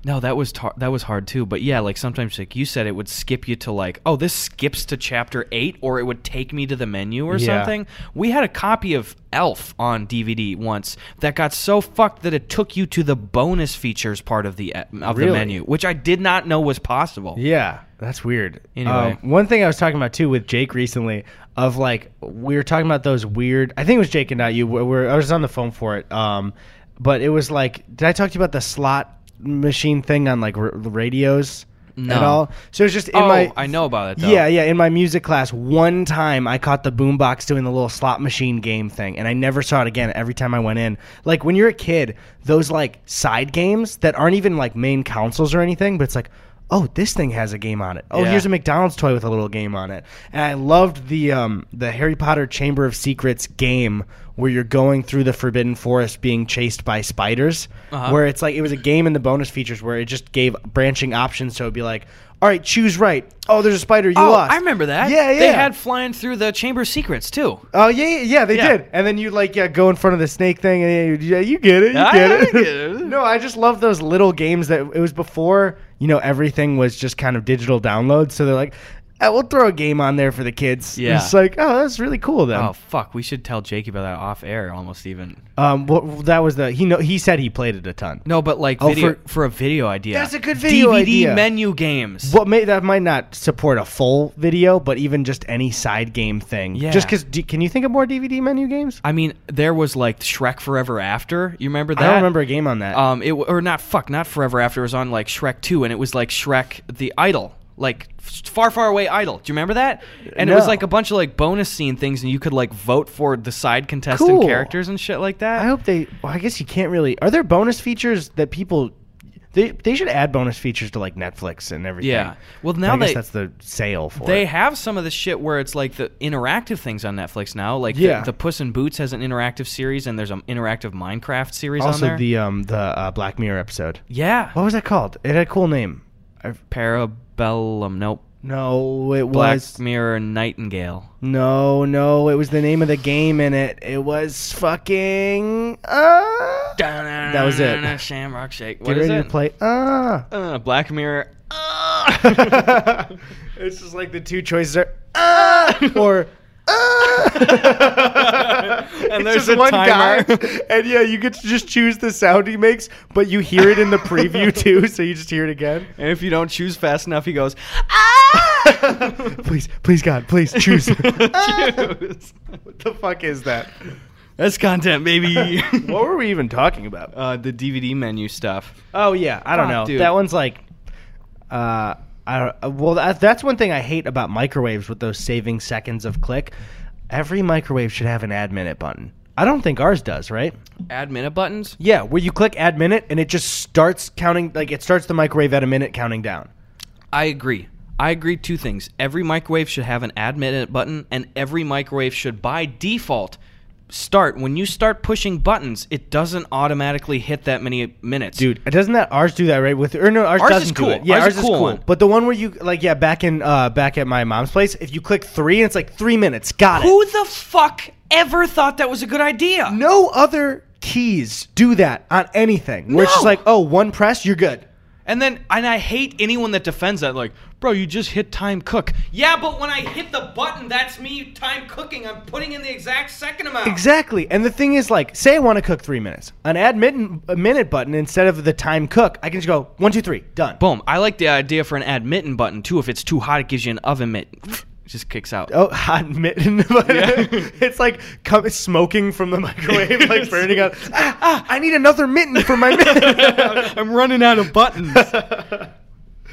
B: no, that was tar- that was hard too. But yeah, like sometimes, like you said, it would skip you to like, oh, this skips to chapter eight, or it would take me to the menu or
A: Yeah.
B: something. We had a copy of Elf on DVD once that got so fucked that it took you to the bonus features part of the of the
A: Really?
B: menu, which I did not know was possible.
A: yeah, that's weird.
B: Anyway.
A: Um, one thing I was talking about too with Jake recently of like we were talking about those weird. I think it was Jake and not you. We were, I was on the phone for it, um, but it was like, did I talk to you about the slot machine thing on like r- radios?
B: No.
A: At all, so it's just in
B: oh,
A: my
B: I know about it. Though.
A: Yeah, yeah. In my music class, one time I caught the boombox doing the little slot machine game thing, and I never saw it again. Every time I went in, like when you're a kid, those like side games that aren't even like main consoles or anything, but it's like, oh, this thing has a game on it. Oh,
B: Yeah.
A: here's a McDonald's toy with a little game on it. And I loved the um, the Harry Potter Chamber of Secrets game where you're going through the Forbidden Forest being chased by spiders.
B: Uh-huh.
A: Where it's like it was a game in the bonus features where it just gave branching options, so it'd be like. All right, choose right. Oh, there's a spider. You
B: Oh,
A: lost.
B: I remember that.
A: Yeah, yeah.
B: They had flying through the Chamber of Secrets too.
A: Oh yeah, yeah, yeah, they
B: Yeah.
A: did. And then you like yeah, go in front of the snake thing, and you, yeah, you get it, you
B: I-
A: get
B: I
A: it.
B: get it.
A: no, I just love those little games that it was before you know everything was just kind of digital downloads. So they're like, "Ah, we'll throw a game on there for the kids.
B: Yeah.
A: it's like oh, that's really cool. Then
B: Oh fuck, we should tell Jake about that off air almost even.
A: um, well, that was the he know he said he played it a ton.
B: No, but like
A: Oh,
B: video, for,
A: for-
B: a video idea.
A: That's a good video
B: DVD
A: idea.
B: menu games.
A: What may that might not support a full video, but even just any side game thing.
B: Yeah.
A: Just because, can you think of more DVD menu games?
B: I mean, there was like Shrek Forever After. You remember that?
A: I don't remember a game on that.
B: Um, it w- or not fuck, not Forever After. It was on like Shrek Two, and it was like Shrek the Idol, like f- far, far away idol. Do you remember that? And it was
A: No.
B: like a bunch of like bonus scene things, and you could like vote for the side contestant
A: Cool.
B: characters and shit like that.
A: I hope they. Well, I guess you can't really. Are there bonus features that people? They they should add bonus features to like Netflix and everything.
B: Yeah. Well,
A: But
B: now
A: I guess
B: they-
A: that's the sale for
B: They
A: it.
B: have some of the shit where it's like the interactive things on Netflix now. Like
A: Yeah.
B: the, the Puss in Boots has an interactive series, and there's an interactive Minecraft series on
A: Also
B: there.
A: the um the uh, Black Mirror episode.
B: yeah,
A: What was that called? It had a cool name. I,
B: Parabellum. Nope.
A: no, it
B: Black
A: was
B: Mirror Nightingale.
A: no, no. It was the name of the game in it. It was fucking. Uh,
B: That
A: was it.
B: Shamrock Shake.
A: get
B: What is
A: ready to
B: it?
A: play. Ah.
B: Uh, Black Mirror.
A: it's just like the two choices are ah or ah.
B: And
A: It's
B: there's
A: just
B: a timer.
A: and yeah, you get to just choose the sound he makes, but you hear it in the preview too, so you just hear it again.
B: And if you don't choose fast enough, he goes.
A: Ah! please, please, God, please choose.
B: choose.
A: what the fuck is that?
B: That's content, baby.
A: What were we even talking about?
B: uh, the DVD menu stuff.
A: Oh yeah, I don't
B: Fuck,
A: know.
B: dude.
A: That one's like, uh, I don't. uh, Well, that, that's one thing I hate about microwaves with those saving seconds of click. Every microwave should have an add minute button. I don't think ours does, right?
B: Add minute buttons.
A: Yeah, where you click add minute and it just starts counting, like it starts the microwave at a minute counting down.
B: I agree. I agree two things. Every microwave should have an add minute button, and every microwave should, by default, start. When you start pushing buttons, it doesn't automatically hit that many minutes.
A: Dude, doesn't that ours do that right with or no? Ours,
B: Ours is
A: doesn't do
B: cool.
A: it. Yeah,
B: Ours
A: ours,
B: is
A: is
B: cool
A: cool.
B: one.
A: But the one where you like, yeah, back in uh, back at my mom's place, if you click three and it's like three minutes, got it.
B: Who the fuck ever thought that was a good idea?
A: no other keys do that on anything. Where it's just
B: No.
A: like, oh, one press, you're good.
B: And then, and I hate anyone that defends that. Like, bro, you just hit time cook. Yeah, but when I hit the button, that's me time cooking. I'm putting in the exact second amount.
A: Exactly. And the thing is, like, say I want to cook three minutes, an add min- a minute button instead of the time cook, I can just go one, two, three, done.
B: Boom. I like the idea for an add mitten button too. If it's too hot, it gives you an oven mitt. It just kicks out.
A: Oh, hot mitten! But
B: Yeah.
A: it's like co- smoking from the microwave, like burning up. Ah, ah, I need another mitten for my mitten.
B: I'm running out of buttons.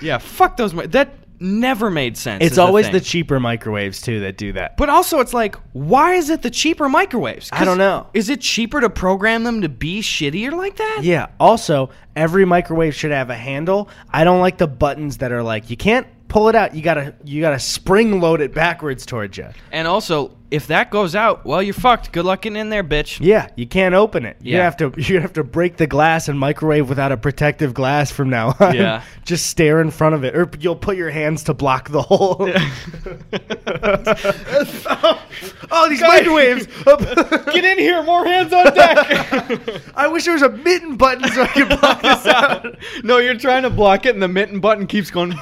B: yeah, fuck those. mi- That never made sense.
A: it's
B: is the
A: always
B: thing.
A: the cheaper microwaves too that do that.
B: But also, it's like, why is it the cheaper microwaves? 'Cause
A: I don't know.
B: Is it cheaper to program them to be shittier like that?
A: Yeah. Also, every microwave should have a handle. I don't like the buttons that are like you can't pull it out. You gotta you gotta spring load it backwards towards you.
B: And also, if that goes out, well, you're fucked. Good luck getting in there, bitch.
A: Yeah, you can't open it. You
B: Yeah.
A: have to you have to break the glass and microwave without a protective glass from now on.
B: Yeah.
A: Just stare in front of it, or you'll put your hands to block the hole. oh, these microwaves!
B: Get in here, more hands on deck.
A: I wish there was a mitten button so I could block this out.
B: no, you're trying to block it, and the mitten button keeps going.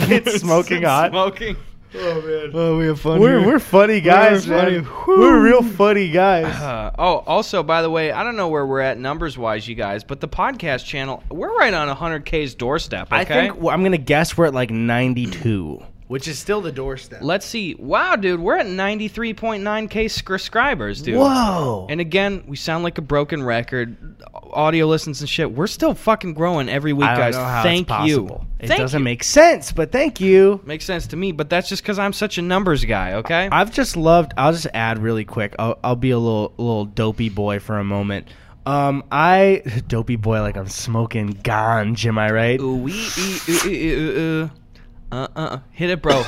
A: it's smoking hot.
B: Smoking.
A: Oh man.
B: Oh, we have fun.
A: We're, we're funny guys,
B: funny.
A: man. We're real funny guys.
B: Uh, oh, also, by the way, I don't know where we're at numbers wise, you guys, but the podcast channel, we're right on 100K's doorstep. Okay?
A: I think well, I'm gonna guess we're at like 92, which is still the doorstep.
B: Let's see. Wow, dude, we're at 93.9K subscribers, dude.
A: Whoa!
B: And again, we sound like a broken record. Audio listens and shit. We're still fucking growing every week,
A: I don't
B: guys.
A: know how it's
B: Thank you.
A: possible. It
B: Thank
A: doesn't
B: you.
A: make sense, but thank you.
B: Makes sense to me, but that's just because I'm such a numbers guy. Okay.
A: I've just loved. I'll just add really quick. I'll, I'll be a little little dopey boy for a moment. Um, I dopey boy like I'm smoking ganj. Am I right?
B: Ooh, wee, ee, ooh, ooh, ooh, ooh, ooh. Uh uh. Hit it, bro.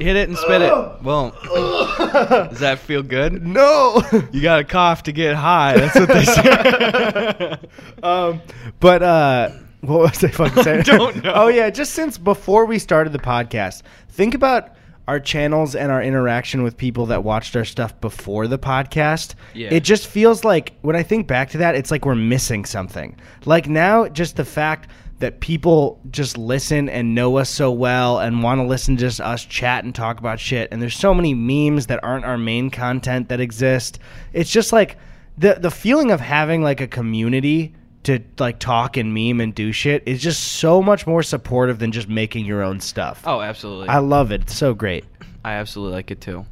B: Hit it and spit it. Boom. Does that feel good?
A: No.
B: You got to cough to get high. That's what they say.
A: um, but uh, what was I fucking saying?
B: Don't know.
A: Oh yeah, just since before we started the podcast, think about our channels and our interaction with people that watched our stuff before the podcast.
B: Yeah.
A: It just feels like when I think back to that, it's like we're missing something. Like now, just the fact that people just listen and know us so well and want to listen to just us chat and talk about shit. And there's so many memes that aren't our main content that exist. It's just like the the feeling of having like a community to like talk and meme and do shit is just so much more supportive than just making your own stuff.
B: oh, absolutely.
A: I
B: I,
A: love it. It's so great.
B: absolutely like it too.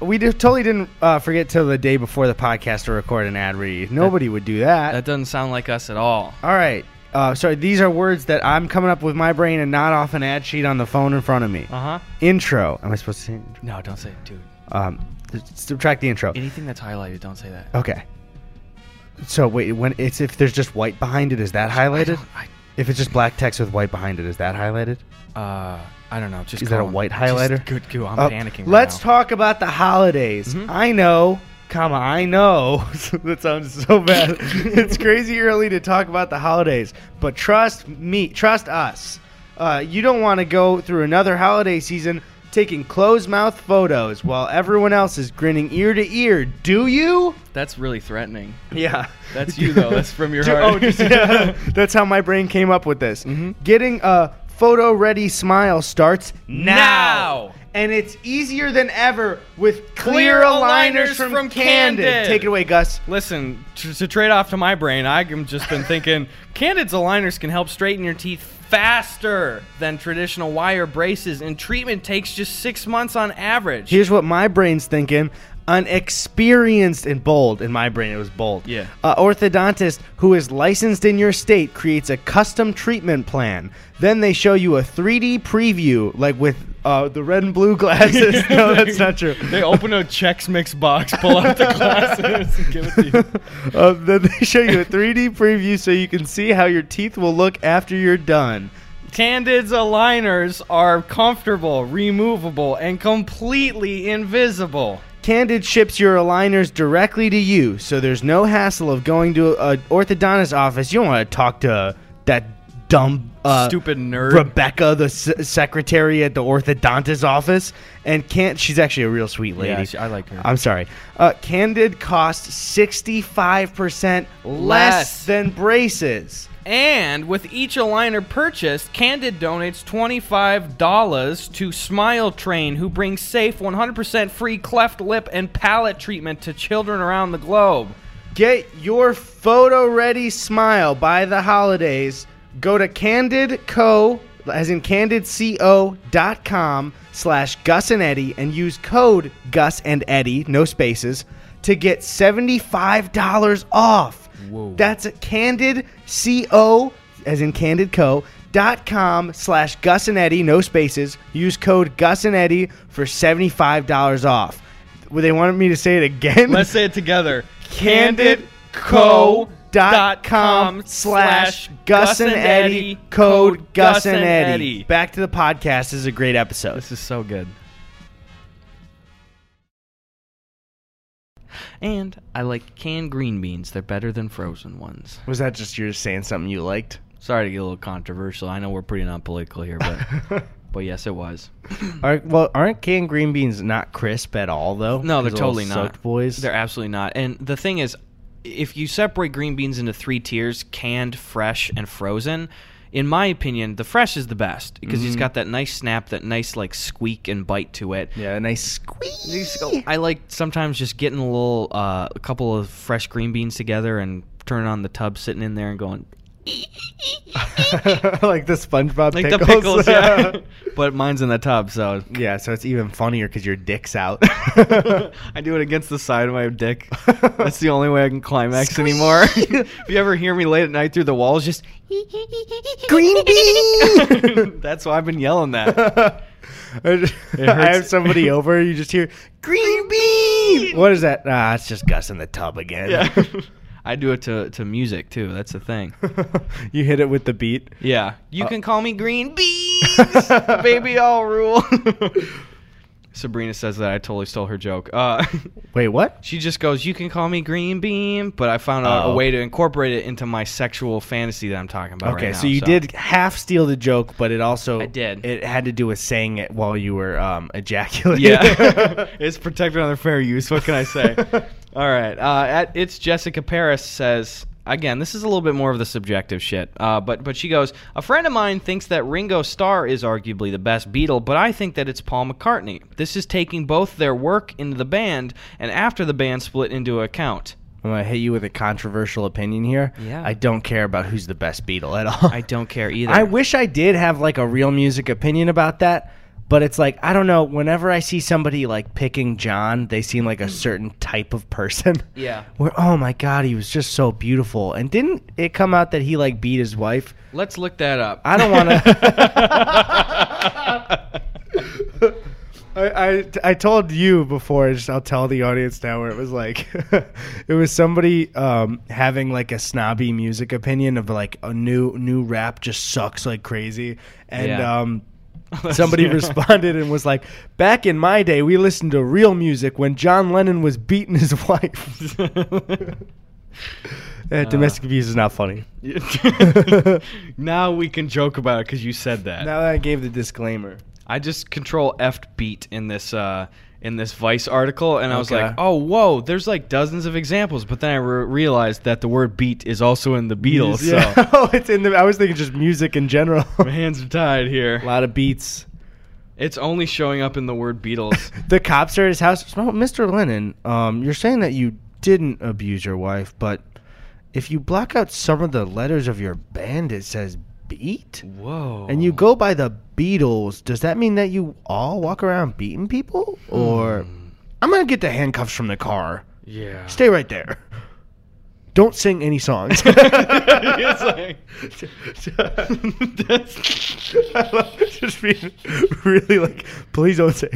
A: We did, totally didn't uh, forget till the day before the podcast to record an ad read. Nobody would do that.
B: That doesn't sound like us at all.
A: All right. Uh, sorry, these are words that I'm coming up with my brain and not off an ad sheet on the phone in front of me.
B: Uh huh.
A: Intro. Am I supposed to say? intro?
B: No, don't say it, dude.
A: Um, th- subtract the intro.
B: Anything that's highlighted, don't say that.
A: Okay. So wait, when it's if there's just white behind it, is that highlighted?
B: I,
A: If it's just black text with white behind it, is that highlighted?
B: uh, I don't know. Just
A: Oh. Is that a
B: call him.
A: white
B: Just-
A: highlighter?
B: good, good. I'm
A: Uh,
B: panicking. right
A: Let's
B: now.
A: talk about the holidays.
B: Mhm.
A: I know, comma, I know. that sounds so bad. it's crazy early to talk about the holidays, but trust me, trust us. Uh, you don't want to go through another holiday season taking closed mouth photos while everyone else is grinning ear to ear, do you?
B: That's really threatening.
A: Yeah.
B: That's you though. That's from your
A: Ju-
B: heart. Mm-hmm.
A: Oh, just- yeah. That's how my brain came up with this. Getting a photo ready smile starts now.
B: Now.
A: And it's easier than ever with
B: Clear
A: clear, aligners,
B: aligners
A: from,
B: from
A: Candid.
B: Candid.
A: Take it away, Gus.
B: Listen, to, to trade off to my brain, I've just been thinking Candid's aligners can help straighten your teeth faster than traditional wire braces, and treatment takes just six months on average.
A: Here's what my brain's thinking. Unexperienced and bold. In my brain, it was bold.
B: Yeah.
A: A orthodontist who is licensed in your state creates a custom treatment plan. Then they show you a 3D preview, like with uh, the red and blue glasses. no, that's not true.
B: They open a Chex Mix box, pull out the glasses, and give it to you.
A: Uh, then they show you a 3D preview so you can see how your teeth will look after you're done.
B: Candid's aligners are comfortable, removable, and completely invisible.
A: Candid ships your aligners directly to you, so there's no hassle of going to an orthodontist office. You don't want to talk to that dumb, uh,
B: Stupid nerd.
A: Rebecca, the s- secretary at the orthodontist office. And can't she's actually a real sweet lady.
B: Yeah, she- I like her.
A: I'm sorry. Uh, Candid costs 65% less
B: Less.
A: than braces.
B: And with each aligner purchased, Candid donates $25 to Smile Train, who brings safe 100% free cleft lip and palate treatment to children around the globe.
A: Get your photo ready smile by the holidays. Go to CandidCo, as in CandidCo.com slash Gus and Eddie and use code Gus and Eddie, no spaces, to get $75 off.
B: Whoa.
A: That's at CandidCo, as in CandidCo.com slash Gus and Eddie, no spaces. Use code Gus and Eddie for $75 off. Would they wanted me to say it again?
B: Let's say it together.
A: CandidCo.com slash Gus and Eddie code Gus and Eddie.
B: Ba-
A: Back to the podcast. This is a great episode.
B: This is so good. And I like canned green beans. They're better than frozen ones.
A: Was that just you saying something you liked?
B: Sorry to get a little controversial. I know we're pretty non-political here, but but yes, it was.
A: Aren't, well, aren't canned green beans not crisp at all though?
B: No, they're
A: Those little
B: totally not.
A: soaked boys.
B: They're absolutely not. And the thing is, if you separate green beans into three tiers canned, fresh, and frozen in my opinion, the fresh is the best because it's
A: Mhm.
B: got that nice snap, that nice like squeak and bite to it.
A: yeah, a nice squeeze.
B: These go- I like sometimes just getting a little, uh, a couple of fresh green beans together and turning on the tub, sitting in there and going
A: like the SpongeBob
B: like
A: pickles.
B: the pickles, yeah. but mine's in the tub, so
A: yeah, so it's even funnier because your dick's out.
B: I do it against the side of my dick. That's the only way I can climax anymore. if you ever hear me late at night through the walls, just
A: green bean.
B: that's why I've been yelling that.
A: I just- I have
B: hurts.
A: somebody over. You just hear green bean. What is that? Ah, it's just Gus in the tub again.
B: I do it to to music too. That's the thing.
A: you hit it with the beat.
B: Yeah,
A: Uh,
B: you can call me Green Beans, baby. I'll rule. Sabrina says that I totally stole her joke. Uh,
A: Wait, what?
B: she just goes, "You can call me Green Bean," but I found a, a
A: Oh.
B: way to incorporate it into my sexual fantasy that I'm talking about.
A: Okay,
B: right now,
A: so you did half steal the joke, but it also
B: I did.
A: It had to do with saying it while you were um, ejaculating.
B: Yeah, it's protected under fair use. What can I say? All right. Uh, at it's Jessica Paris says again. This is a little bit more of the subjective shit. Uh, but but she goes. A friend of mine thinks that Ringo Starr is arguably the best Beatle, but I think that it's Paul McCartney. This is taking both their work into the band and after the band split into account.
A: I'm gonna hit you with a controversial opinion here.
B: Yeah.
A: I don't care about who's the best Beatle at all.
B: I don't care either.
A: I wish I did have like a real music opinion about that, but it's like I don't know. Whenever I see somebody like picking John, they seem like a certain type of person.
B: Hmm. Yeah.
A: Where oh my god, he was just so beautiful, and didn't it come out that he like beat his wife?
B: Let's look that up.
A: I don't want
B: to.
A: I, I, I told you before, I just, I'll tell the audience now where it was like, it was somebody um, having like a snobby music opinion of like a new new rap just sucks like crazy. And
B: Yeah.
A: um, somebody responded and was like, back in my day, we listened to real music when John Lennon was beating his wife. Eh, domestic abuse is not funny.
B: now we can joke about it because you said that.
A: Now that I gave the disclaimer.
B: I just control F beat in this uh, in this Vice article, and I was
A: Okay.
B: like, oh whoa, there's like dozens of examples. But then I re- realized that the word beat is also in the Beatles.
A: Yeah. oh, it's in the. I was thinking just music in general.
B: So my hands are tied
A: a
B: here.
A: lot of beats.
B: It's only showing up in the word Beatles.
A: The cops are at his house. "So, Mr. Lennon, um, you're saying that you didn't abuse your wife, but if you block out some of the letters of your band, it says beat?
B: whoa.
A: And you go by the Beatles, does that mean that you all walk around beating people? Or. I'm going to get the handcuffs from the car.
B: Yeah.
A: Stay right there. Don't sing any songs.
B: It's like- That's-
A: just being really like, please don't say.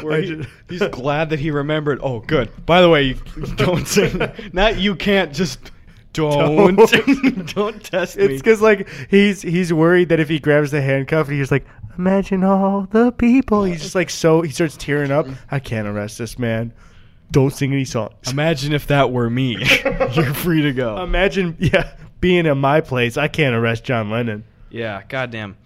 B: Where he- he's glad that he remembered. Oh, good. By the way, you don't say not you can't just don't
A: Don't.
B: don't, test me.
A: It's because like he's he's worried that if he grabs the handcuff, he's like, imagine all the people. He's just like so he starts tearing up. I can't arrest this man. Don't sing any songs.
B: Imagine if that were me. You're free to go.
A: Imagine yeah being in my place. I can't arrest John Lennon.
B: yeah, goddamn.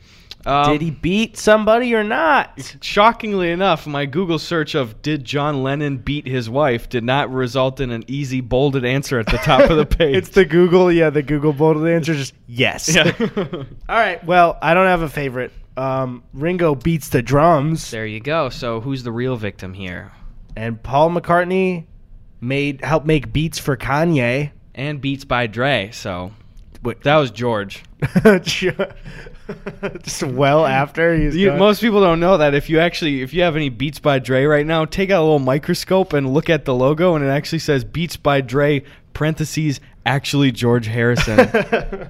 B: Um,
A: Did he beat somebody or not?
B: Shockingly enough, my Google search of "Did John Lennon beat his wife?" did not result in an easy bolded answer at the top of the page.
A: it's the Google, yeah, the Google bolded answer just yes.
B: Yeah.
A: All right, well, I don't have a favorite. Um, Ringo beats the drums,
B: there you go. So who's the real victim here?
A: and Paul McCartney made helped make beats for Kanye.
B: And beats by Dre. So
A: Wait.
B: that was George.
A: just well after he's
B: You,
A: done.
B: most people don't know that if you actually if you have any Beats by Dre right now, take out a little microscope and look at the logo, and it actually says Beats by Dre parentheses actually George Harrison.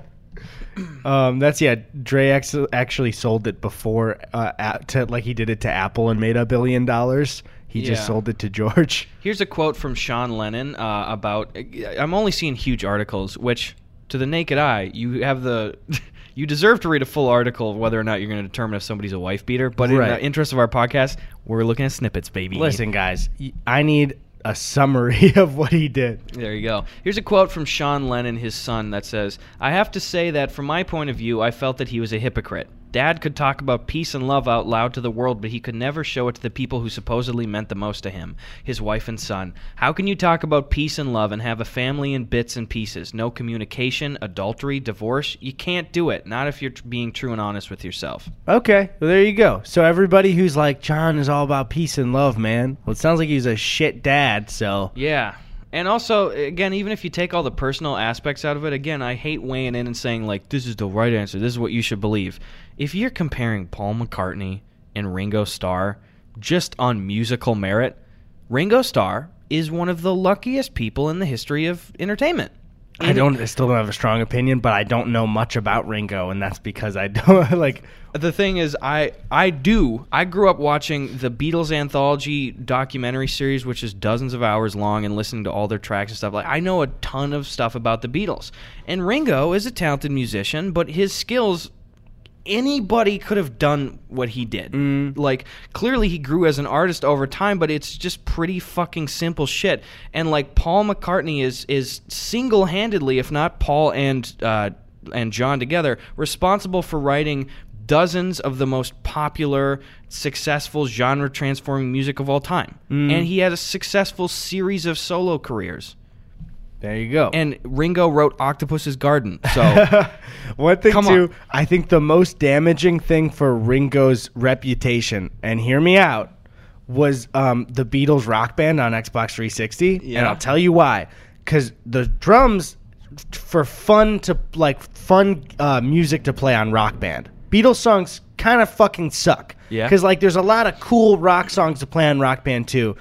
A: Um, that's yeah. Dre ex- actually sold it before, uh, at, to, like he did it to Apple and made a billion dollars. He just
B: Yeah.
A: sold it to George.
B: Here's a quote from Sean Lennon uh, about. I'm only seeing huge articles, which to the naked eye, you have the. You deserve to read a full article of whether or not you're going to determine if somebody's a wife beater. But in
A: Right.
B: the interest of our podcast, we're looking at snippets, baby.
A: Listen, guys, y- I need a summary of what he did.
B: There you go. Here's a quote from Sean Lennon, his son, that says, I have to say that from my point of view, I felt that he was a hypocrite. Dad could talk about peace and love out loud to the world, but he could never show it to the people who supposedly meant the most to him his wife and son. How can you talk about peace and love and have a family in bits and pieces? No communication, adultery, divorce? You can't do it, not if you're tr- being true and honest with yourself.
A: Okay, well, there you go. So everybody who's like John is all about peace and love, man. Well, it sounds like he's a shit dad. So
B: Yeah. And also, again, even if you take all the personal aspects out of it, again, I hate weighing in and saying, like, this is the right answer. This is what you should believe. If you're comparing Paul McCartney and Ringo Starr just on musical merit, Ringo Starr is one of the luckiest people in the history of entertainment.
A: I don't. I still don't have a strong opinion, but I don't know much about Ringo, and that's because I don't like.
B: The thing is, I I do. I grew up watching the Beatles anthology documentary series, which is dozens of hours long, and listening to all their tracks and stuff. Like I know a ton of stuff about the Beatles, and Ringo is a talented musician, but his skills. Anybody could have done what he did. Like, clearly he grew as an artist over time, but it's just pretty fucking simple shit. And like Paul McCartney is is single handedly, if not Paul and uh, and John together, responsible for writing dozens of the most popular, successful, genre transforming music of all time. And he had a successful series of solo careers.
A: There you go.
B: And Ringo wrote Octopus's Garden. So,
A: One thing
B: Come
A: too,
B: on.
A: I think the most damaging thing for Ringo's reputation, and hear me out, was um, the Beatles rock band on Xbox 360. And
B: Yeah.
A: I'll tell you why. Because the drums t- for fun to like fun uh, music to play on rock band. Beatles songs kind of fucking suck.
B: Yeah.
A: Because like there's a lot of cool rock songs to play on rock band too.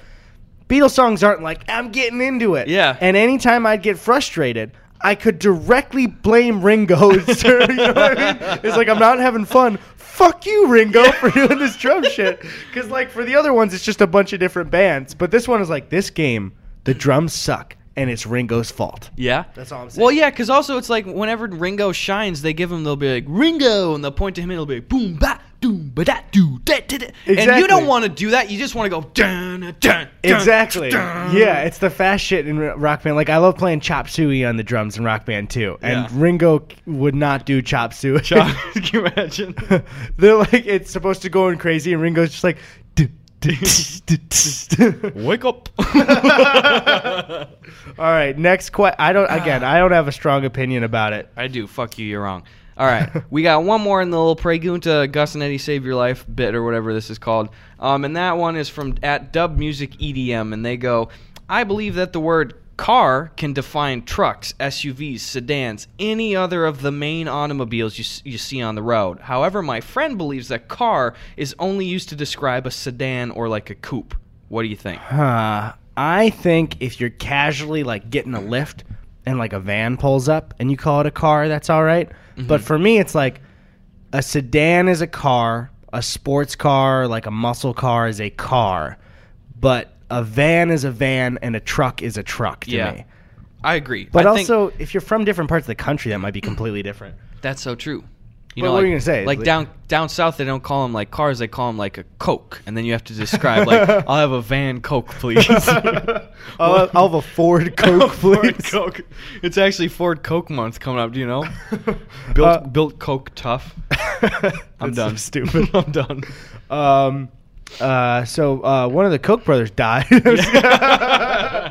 A: Beatles songs aren't like I'm getting into it.
B: Yeah.
A: And anytime I'd get frustrated, I could directly blame Ringo. sir, you know what I mean? It's like I'm not having fun. Fuck you, Ringo, for doing this drum shit. Because like for the other ones, it's just a bunch of different bands. But this one is like this game. The drums suck, and it's Ringo's fault.
B: yeah.
A: That's all I'm saying.
B: Well, yeah, because also it's like whenever Ringo shines, they give him, they'll be like, Ringo, and they'll point to him and it'll be like, boom, ba, doom, ba, da, doo, da, da, da. And
A: Exactly.
B: you don't want to do that. You just want to go, dun, dun, dun,
A: Exactly.
B: dun.
A: Yeah, it's the fast shit in r- Rock Band. Like I love playing Chop Suey on the drums in Rock Band too, and
B: Yeah.
A: Ringo c- would not do Chop Suey.
B: Can you imagine?
A: They're like it's supposed to go in crazy, and Ringo's just like. "Duh, duh, tss, duh, tss, duh."
B: Wake up.
A: All right, next question. I don't. Again,
B: Ah.
A: I don't have a strong opinion about it.
B: I do. Fuck you. You're wrong. All right, we got one more in the little Pregunta Gus and Eddie Save Your Life bit or whatever this is called, um, and that one is from at Dub Music EDM, and they go, "I believe that the word car can define trucks, SUVs, sedans, any other of the main automobiles you s- you see on the road. However, my friend believes that car is only used to describe a sedan or like a coupe. What do you think?
A: Huh. Uh, I think if you're casually like getting a lift and like a van pulls up and you call it a car, that's all right.
B: Mm-hmm.
A: But for me, it's like a sedan is a car, a sports car, like a muscle car is a car, but a van is a van and a truck is a truck to
B: Yeah.
A: me.
B: I agree.
A: But
B: I think
A: also, if you're from different parts of the country, that might be completely different.
B: that's so true. You
A: But
B: know,
A: what
B: like,
A: were you gonna say?
B: Like
A: Like-
B: down down south, they don't call them like cars; they call them like a Coke, and then you have to describe like, "I'll have a Van Coke, please."
A: I'll, have, I'll have a Ford Coke, please.
B: Ford Coke. It's actually Ford Coke month coming up. Do you know? built
A: Uh,
B: built Coke tough. I'm
A: That's so
B: done.
A: stupid.
B: I'm done.
A: Um, uh, so uh, one of the Koch brothers died.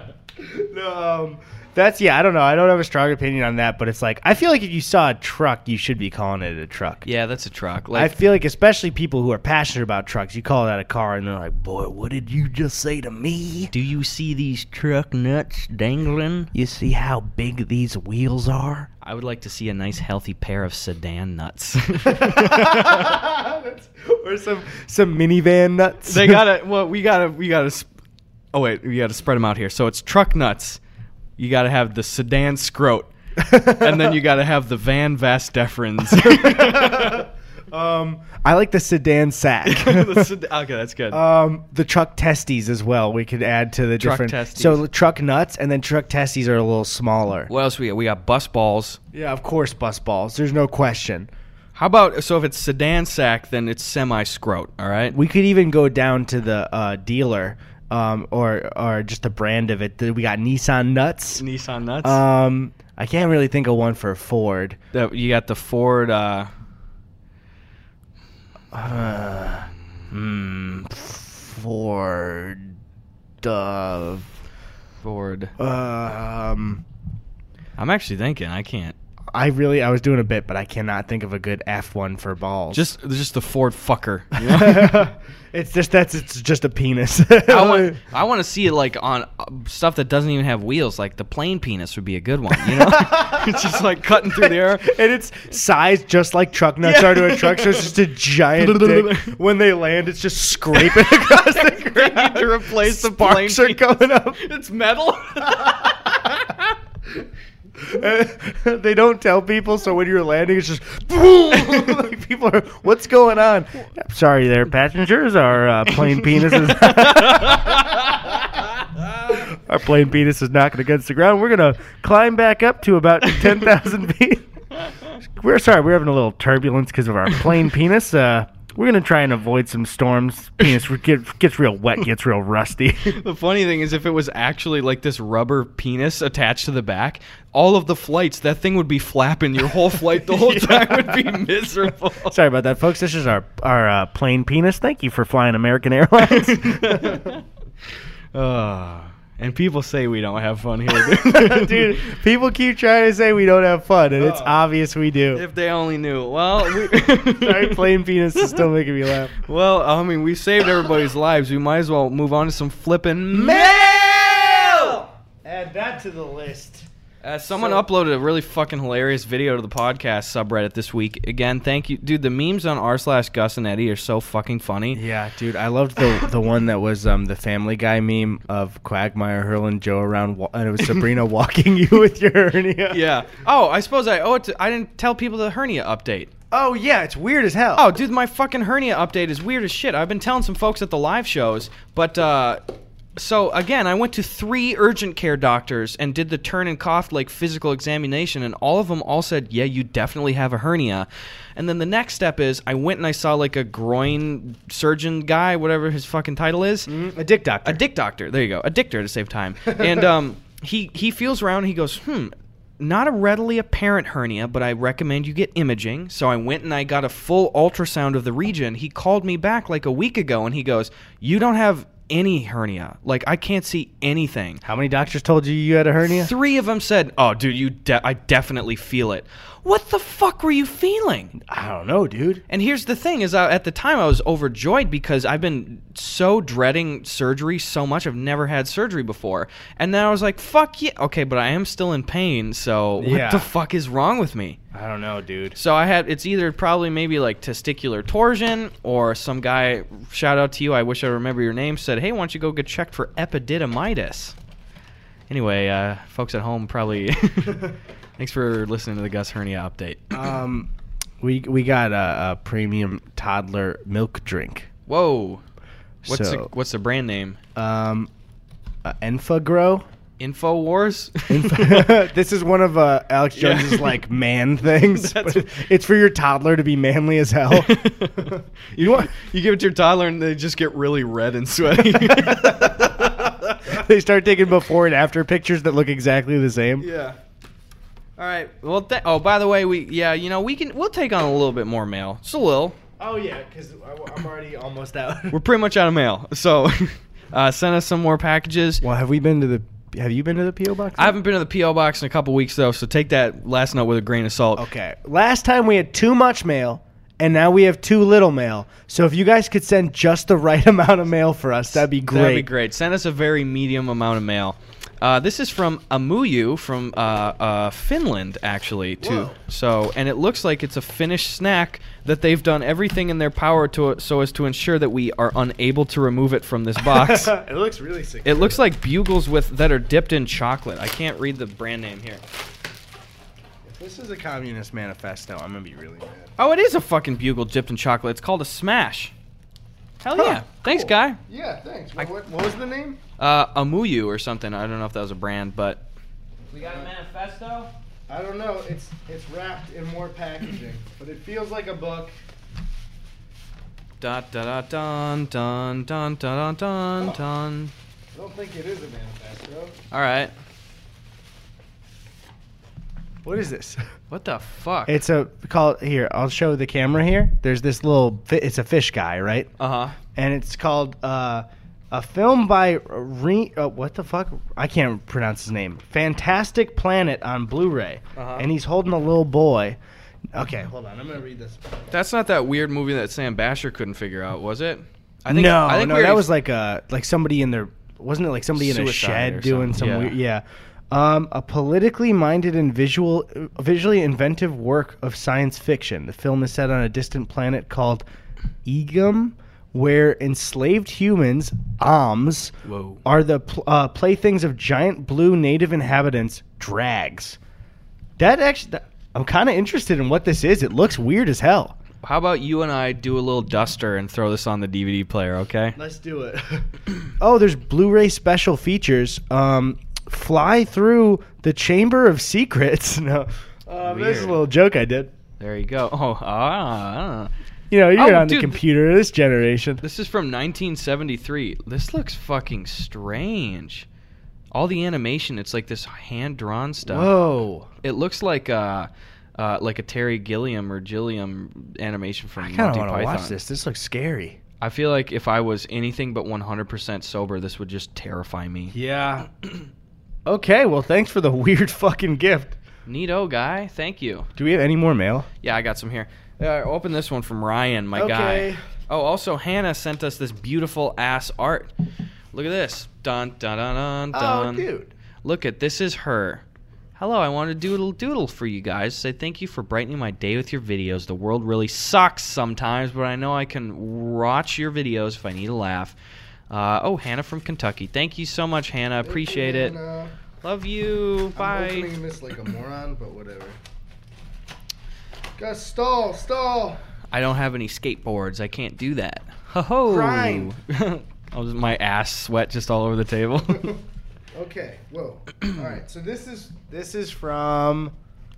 A: no, um, that's yeah. I don't know. I don't have a strong opinion on that, but it's like I feel like if you saw a truck, you should be calling it a truck.
B: Yeah, that's a truck.
A: I
B: Like
A: feel like especially people who are passionate about trucks, you call that a car, and they're like, "Boy, what did you just say to me?
B: Do you see these truck nuts dangling?
A: You see how big these wheels are?"
B: I would like to see a nice healthy pair of sedan nuts.
A: That's- or some some minivan nuts.
B: they gotta. Well, we gotta. We gotta. Sp- oh wait, we gotta spread them out here. So it's truck nuts. You gotta have the sedan scrote, and then you gotta have the van vas deferens.
A: um, I like the sedan sack.
B: The sed- okay, that's good.
A: Um, the truck testes as well. We could add to the
B: Truck
A: different.
B: testes.
A: So truck nuts and then truck testes are a little smaller.
B: what else we got? We got bus balls.
A: Yeah, of course, bus balls. There's no question.
B: How about so if it's sedan sack, then it's semi scrote. All right.
A: We could even go down to the uh, dealer, um, or or just the brand of it. We got Nissan nuts.
B: Nissan nuts.
A: Um, I can't really think of one for Ford.
B: The- you got the Ford. Uh,
A: Uh, hmm, Ford. Uh,
B: Ford.
A: um,
B: I'm actually thinking. I can't.
A: I really I was doing a bit, but I cannot think of a good F one for balls.
B: Just just the Ford fucker. you know?
A: it's just that's it's just a penis.
B: I want I want to see it like on uh, stuff that doesn't even have wheels. Like the plane penis would be a good one. You know, it's just like cutting through the air.
A: and it's sized just like truck nuts
B: Yeah.
A: are to a truck, so it's just a giant dick. When they land, it's just scraping across the
B: They
A: ground.
B: need to replace the plane.
A: Sparks are
B: penis.
A: going up.
B: It's metal.
A: Uh, they don't tell people, so when you're landing, it's just boom. like people are, what's going on? I'm sorry, there passengers. Our uh, plane penis is our plane penis is knocking against the ground. We're gonna climb back up to about ten thousand feet. We're sorry, we're having a little turbulence because of our plane penis. Uh, we're gonna try and avoid some storms. Penis get, gets real wet, gets real rusty.
B: The funny thing is, if it was actually like this rubber penis attached to the back, all of the flights, that thing would be flapping your whole flight. The whole time would be miserable.
A: Sorry about that, folks. This is our our uh, plane penis. Thank you for flying American Airlines.
B: Ah, and people say we don't have fun here.
A: Dude, people keep trying to say we don't have fun, and it's obvious we do.
B: if they only knew. Well, we,
A: Sorry, plane penis is still making me laugh.
B: well, I mean, we saved everybody's lives. We might as well move on to some flipping
A: Mail! Add that to the list.
B: Uh, someone
A: So-
B: uploaded a really fucking hilarious video to the podcast subreddit this week. Again, thank you, dude. The memes on r slash Gus and Eddie are so fucking funny.
A: Yeah, dude, I loved the the one that was um the Family Guy meme of Quagmire hurling Joe around, wa- and it was Sabrina walking you with your hernia.
B: Yeah. Oh, I suppose I owe it to. I didn't tell people the hernia update.
A: Oh yeah, it's weird as hell.
B: Oh, dude, my fucking hernia update is weird as shit. I've been telling some folks at the live shows, but uh, so again, I went to three urgent care doctors and did the turn and cough like physical examination, and all of them all said, "Yeah, you definitely have a hernia." And then the next step is I went and I saw like a groin surgeon guy, whatever his fucking title is,
A: Mm, a dick doctor.
B: a dick doctor. There you go, a dictor to save time. And um, he he feels around. And he goes, hmm, not a readily apparent hernia, but I recommend you get imaging. So I went and I got a full ultrasound of the region. He called me back like a week ago, and he goes, you don't have any hernia. Like I can't see anything.
A: How many doctors told you you had a hernia?
B: Three of them said, "Oh, dude, you de- I definitely feel it." What the fuck were you feeling?
A: I don't know, dude.
B: And here's the thing: is I, at the time I was overjoyed because I've been so dreading surgery so much. I've never had surgery before, and then I was like, "Fuck yeah, okay," but I am still in pain. So what
A: Yeah.
B: the fuck is wrong with me?
A: I don't know, dude.
B: So I had it's either probably maybe like testicular torsion or some guy. Shout out to you. I wish I remember your name. Said, "Hey, why don't you go get checked for epididymitis?" Anyway, uh, folks at home probably. Thanks for listening to the Gus Hernia update.
A: Um, we we got a, a premium toddler milk drink.
B: Whoa. What's the,
A: So-
B: what's the brand name?
A: Um, uh, Enfagrow.
B: Infowars.
A: this is one of uh, Alex
B: Yeah.
A: Jones's like man things.
B: That's-
A: but it's for your toddler to be manly as hell.
B: you want you give it to your toddler and they just get really red and sweaty.
A: they start taking before and after pictures that look exactly the same.
B: yeah. All right. Well, th- oh, by the way, we yeah, you know, we can we'll take on a little bit more mail. Just a little.
A: Oh yeah, because I'm already almost out.
B: We're pretty much out of mail. So, uh, send us some more packages.
A: well, have we been to the? Have you been to the PO box?
B: I haven't been to the PO box in a couple weeks though, so take that last note with a grain of salt.
A: Okay. Last time we had too much mail, and now we have too little mail. So if you guys could send just the right amount of mail for us, that'd be great.
B: That'd be great. Send us a very medium amount of mail. Uh, this is from Amuyu from uh, uh, Finland, actually, too.
A: Whoa.
B: So, and it looks like it's a Finnish snack that they've done everything in their power to so as to ensure that we are unable to remove it from this box.
A: it looks really sick.
B: it looks like bugles with that are dipped in chocolate. I can't read the brand name here.
A: this is a communist manifesto. I'm gonna be really mad.
B: Oh, it is a fucking bugle dipped in chocolate. It's called a smash. Hell yeah! Thanks,
A: cool.
B: guy.
A: Yeah, thanks. What, what, what was the name?
B: Uh, Amuyu or something. I don't know if that was a brand, but we got a manifesto.
A: I don't know. It's it's wrapped in more packaging, but it feels like a book.
B: Da da da dun dun dun dun dun dun dun.
A: I don't think it is a manifesto.
B: All right.
A: What is this?
B: What the fuck?
A: It's a called here. I'll show the camera here. There's this little. fi- It's a fish guy, right?
B: uh huh.
A: and it's called uh, a film by Re- uh, what the fuck I can't pronounce his name. Fantastic Planet on Blu-ray,
B: Uh-huh.
A: and he's holding a little boy. Okay, hold on. I'm gonna read this.
B: That's not that weird movie that Sam Basher couldn't figure out, was it? I
A: no,
B: I think
A: no,
B: we
A: that
B: already-
A: was like a like somebody in their wasn't it like somebody in a
B: Suicide or
A: shed doing some
B: something, yeah.
A: weird yeah. Um, a politically minded and visual, visually inventive work of science fiction. The film is set on a distant planet called Egum, where enslaved humans, Oms,
B: Whoa.
A: are the pl- uh, playthings of giant blue native inhabitants, drags. That actually, that- I'm kind of interested in what this is. It looks weird as hell.
B: How about you and I do a little duster and throw this on the DVD player, okay?
A: Let's do it. oh, there's Blu-ray special features. Um, fly through the Chamber of Secrets. No, um, this is a
B: Weird.
A: little joke I did.
B: There you go. Oh, ah.
A: You know, you're
B: Oh,
A: on
B: dude,
A: the computer this generation.
B: This is from 1973. This looks fucking strange. All the animation, it's like this hand-drawn stuff.
A: Whoa!
B: It looks like uh, uh, like a Terry Gilliam or Gilliam animation from
A: I kind of
B: Monty
A: want
B: Python.
A: to watch this. This looks scary.
B: I feel like if I was anything but 100% sober, this would just terrify me.
A: Yeah. okay. Well, thanks for the weird fucking gift.
B: Neato guy, thank you.
A: Do we have any more mail?
B: Yeah, I got some here. Uh, open this one from Ryan, my
A: Okay.
B: guy. Oh, also Hannah sent us this beautiful ass art. Look at this. Dun dun dun dun
A: Oh,
B: dun. Look at this is her. Hello, I want to doodle doodle for you guys. Say thank you for brightening my day with your videos. The world really sucks sometimes, but I know I can watch your videos if I need a laugh. Uh, oh, Hannah from Kentucky. Thank you so much, Hannah. Appreciate it. Love you. Bye.
A: uh, this like a moron, but whatever. Gus, stall, stall.
B: I don't have any skateboards. I can't do that. Ho ho.
A: Grind.
B: I was my ass sweat just all over the table.
A: Okay. Whoa. All right. So this is this is from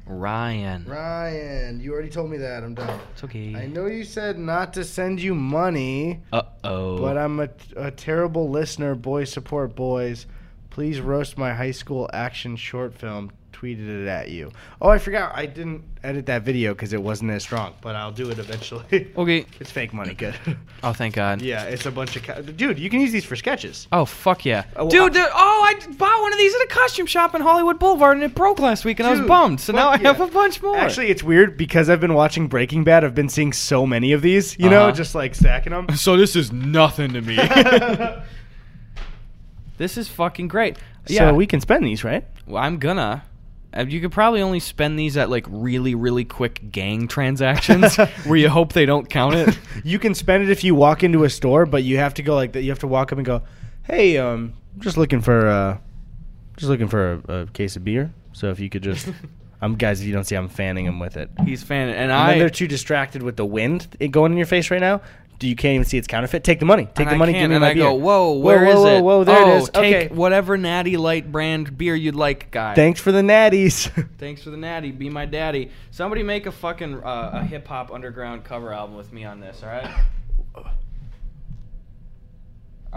B: Ryan.
A: Ryan. You already told me that. I'm done.
B: It's
A: I
B: okay.
A: know you said not to send you money,
B: Uh oh.
A: but I'm a, a terrible listener. Boys support boys. Please roast my high school action short film. Tweeted it at you. Oh, I forgot. I didn't edit that video because it wasn't as strong, but I'll do it eventually.
B: Okay.
A: it's fake money. Good.
B: Oh, thank God.
A: yeah, it's a bunch of. Ca- Dude, you can use these for sketches.
B: Oh fuck yeah,
A: Oh, well,
B: dude,
A: I-
B: dude! Oh, I d- bought one of these at a costume shop in Hollywood Boulevard, and it broke last week, and I was
A: Dude,
B: bummed. So now I
A: fuck yeah.
B: have a bunch more.
A: Actually, it's weird because I've been watching Breaking Bad. I've been seeing so many of these, you know,
B: Uh-huh.
A: just like stacking them.
B: so this is nothing to me. this is fucking great. Yeah,
A: So we can spend these, right?
B: well, I'm gonna. uh, You could probably only spend these at like really, really quick gang transactions where you hope they don't count it.
A: You can spend it if you walk into a store, but you have to go like that. You have to walk up and go, "Hey, um, I'm just looking for, uh, just looking for a, a case of beer. So if you could just, I'm guys, if you don't see, I'm fanning them with it.
B: He's fan, and
A: And then
B: I.
A: they're too distracted with the wind i- going eh, in your face right now. do you can't even see it's counterfeit. Take the money. Take
B: And
A: the
B: I
A: money.
B: can't,
A: Give me
B: and
A: my
B: I
A: beer.
B: go, whoa, where is
A: whoa, whoa,
B: it?
A: Whoa, there
B: oh,
A: it is.
B: Take
A: Okay.
B: whatever natty light brand beer you'd like, guy.
A: Thanks for the natties.
B: Thanks for the natty. Be my daddy. Somebody make a fucking uh, a hip hop underground cover album with me on this. All right. All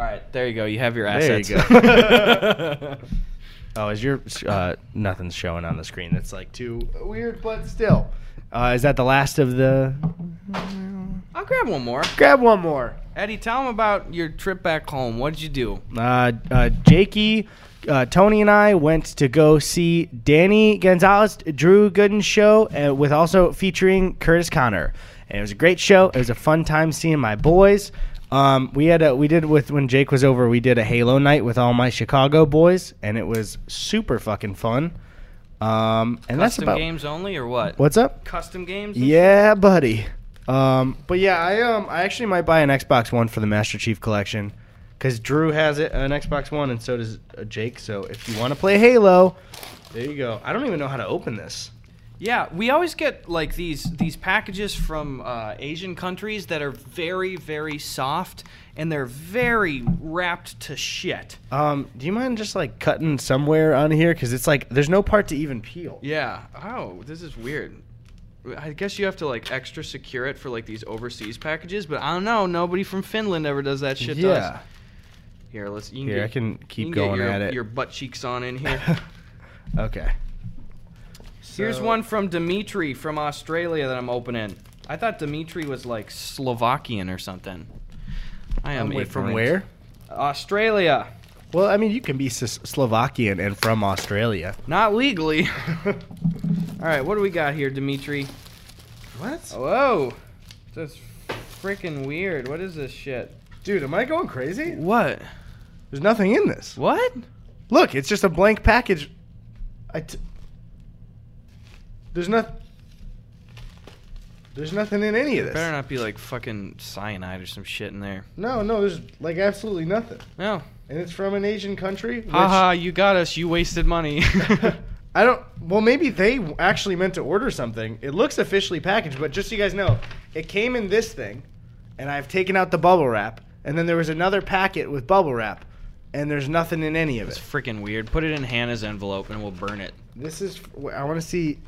B: right. There you go. You have your
A: There you
B: assets.
A: go. oh, is your uh, nothing's showing on the screen? That's like too weird, but still. Uh, is that the last of the?
B: I'll grab one more.
A: Grab one more.
B: Eddie, tell them about your trip back home. What did you do?
A: Uh, uh, Jakey, uh, Tony, and I went to go see Danny Gonzalez, Drew Gooden's show, uh, with also featuring Curtis Connor, and it was a great show. It was a fun time seeing my boys. Um, we had a, we did with when Jake was over, we did a Halo night with all my Chicago boys, and it was super fucking fun. Um, and that's
B: Custom
A: about
B: games only, or what?
A: what's up.
B: Custom games? and
A: Yeah, buddy. Um, but yeah, I um, I actually might buy an Xbox One for the Master Chief collection because Drew has it an Xbox One, and so does uh, Jake. So if you want to play Halo, there you go. I don't even know how to open this.
B: Yeah, we always get like these these packages from uh, Asian countries that are very very soft and they're very wrapped to shit.
A: Um, do you mind just like cutting somewhere on here because it's like there's no part to even peel.
B: Yeah. Oh, this is weird. I guess you have to like extra secure it for like these overseas packages, but I don't know. Nobody from Finland ever does that shit. To
A: Yeah.
B: us. Here, let's. You can
A: Here,
B: get,
A: I can keep
B: you
A: going
B: get your,
A: at it.
B: Your butt cheeks on in here.
A: okay.
B: Here's
A: So-
B: one from Dimitri from Australia that I'm opening. I thought Dimitri was like Slovakian or something. I am
A: Wait, from
B: ignorant.
A: where?
B: Australia.
A: Well, I mean, you can be S- Slovakian and from Australia.
B: Not legally. All right, what do we got here, Dimitri? Oh,
A: What?
B: Whoa. That's freaking weird. What is this shit?
A: Dude, am I going crazy?
B: What?
A: There's nothing in this.
B: What?
A: Look, it's just a blank package. I. T- there's not. There's nothing in any of this.
B: Better not be like fucking cyanide or some shit in there.
A: No, no, there's like absolutely nothing,
B: No.
A: and it's from an Asian country. Which
B: Haha, you got us. You wasted money.
A: I don't. Well, maybe they actually meant to order something. It looks officially packaged, but just so you guys know, it came in this thing, and I've taken out the bubble wrap, and then there was another packet with bubble wrap, and there's nothing in any of
B: it's
A: it.
B: freaking weird. Put it in Hannah's envelope and we'll burn it.
A: This is. I want to see.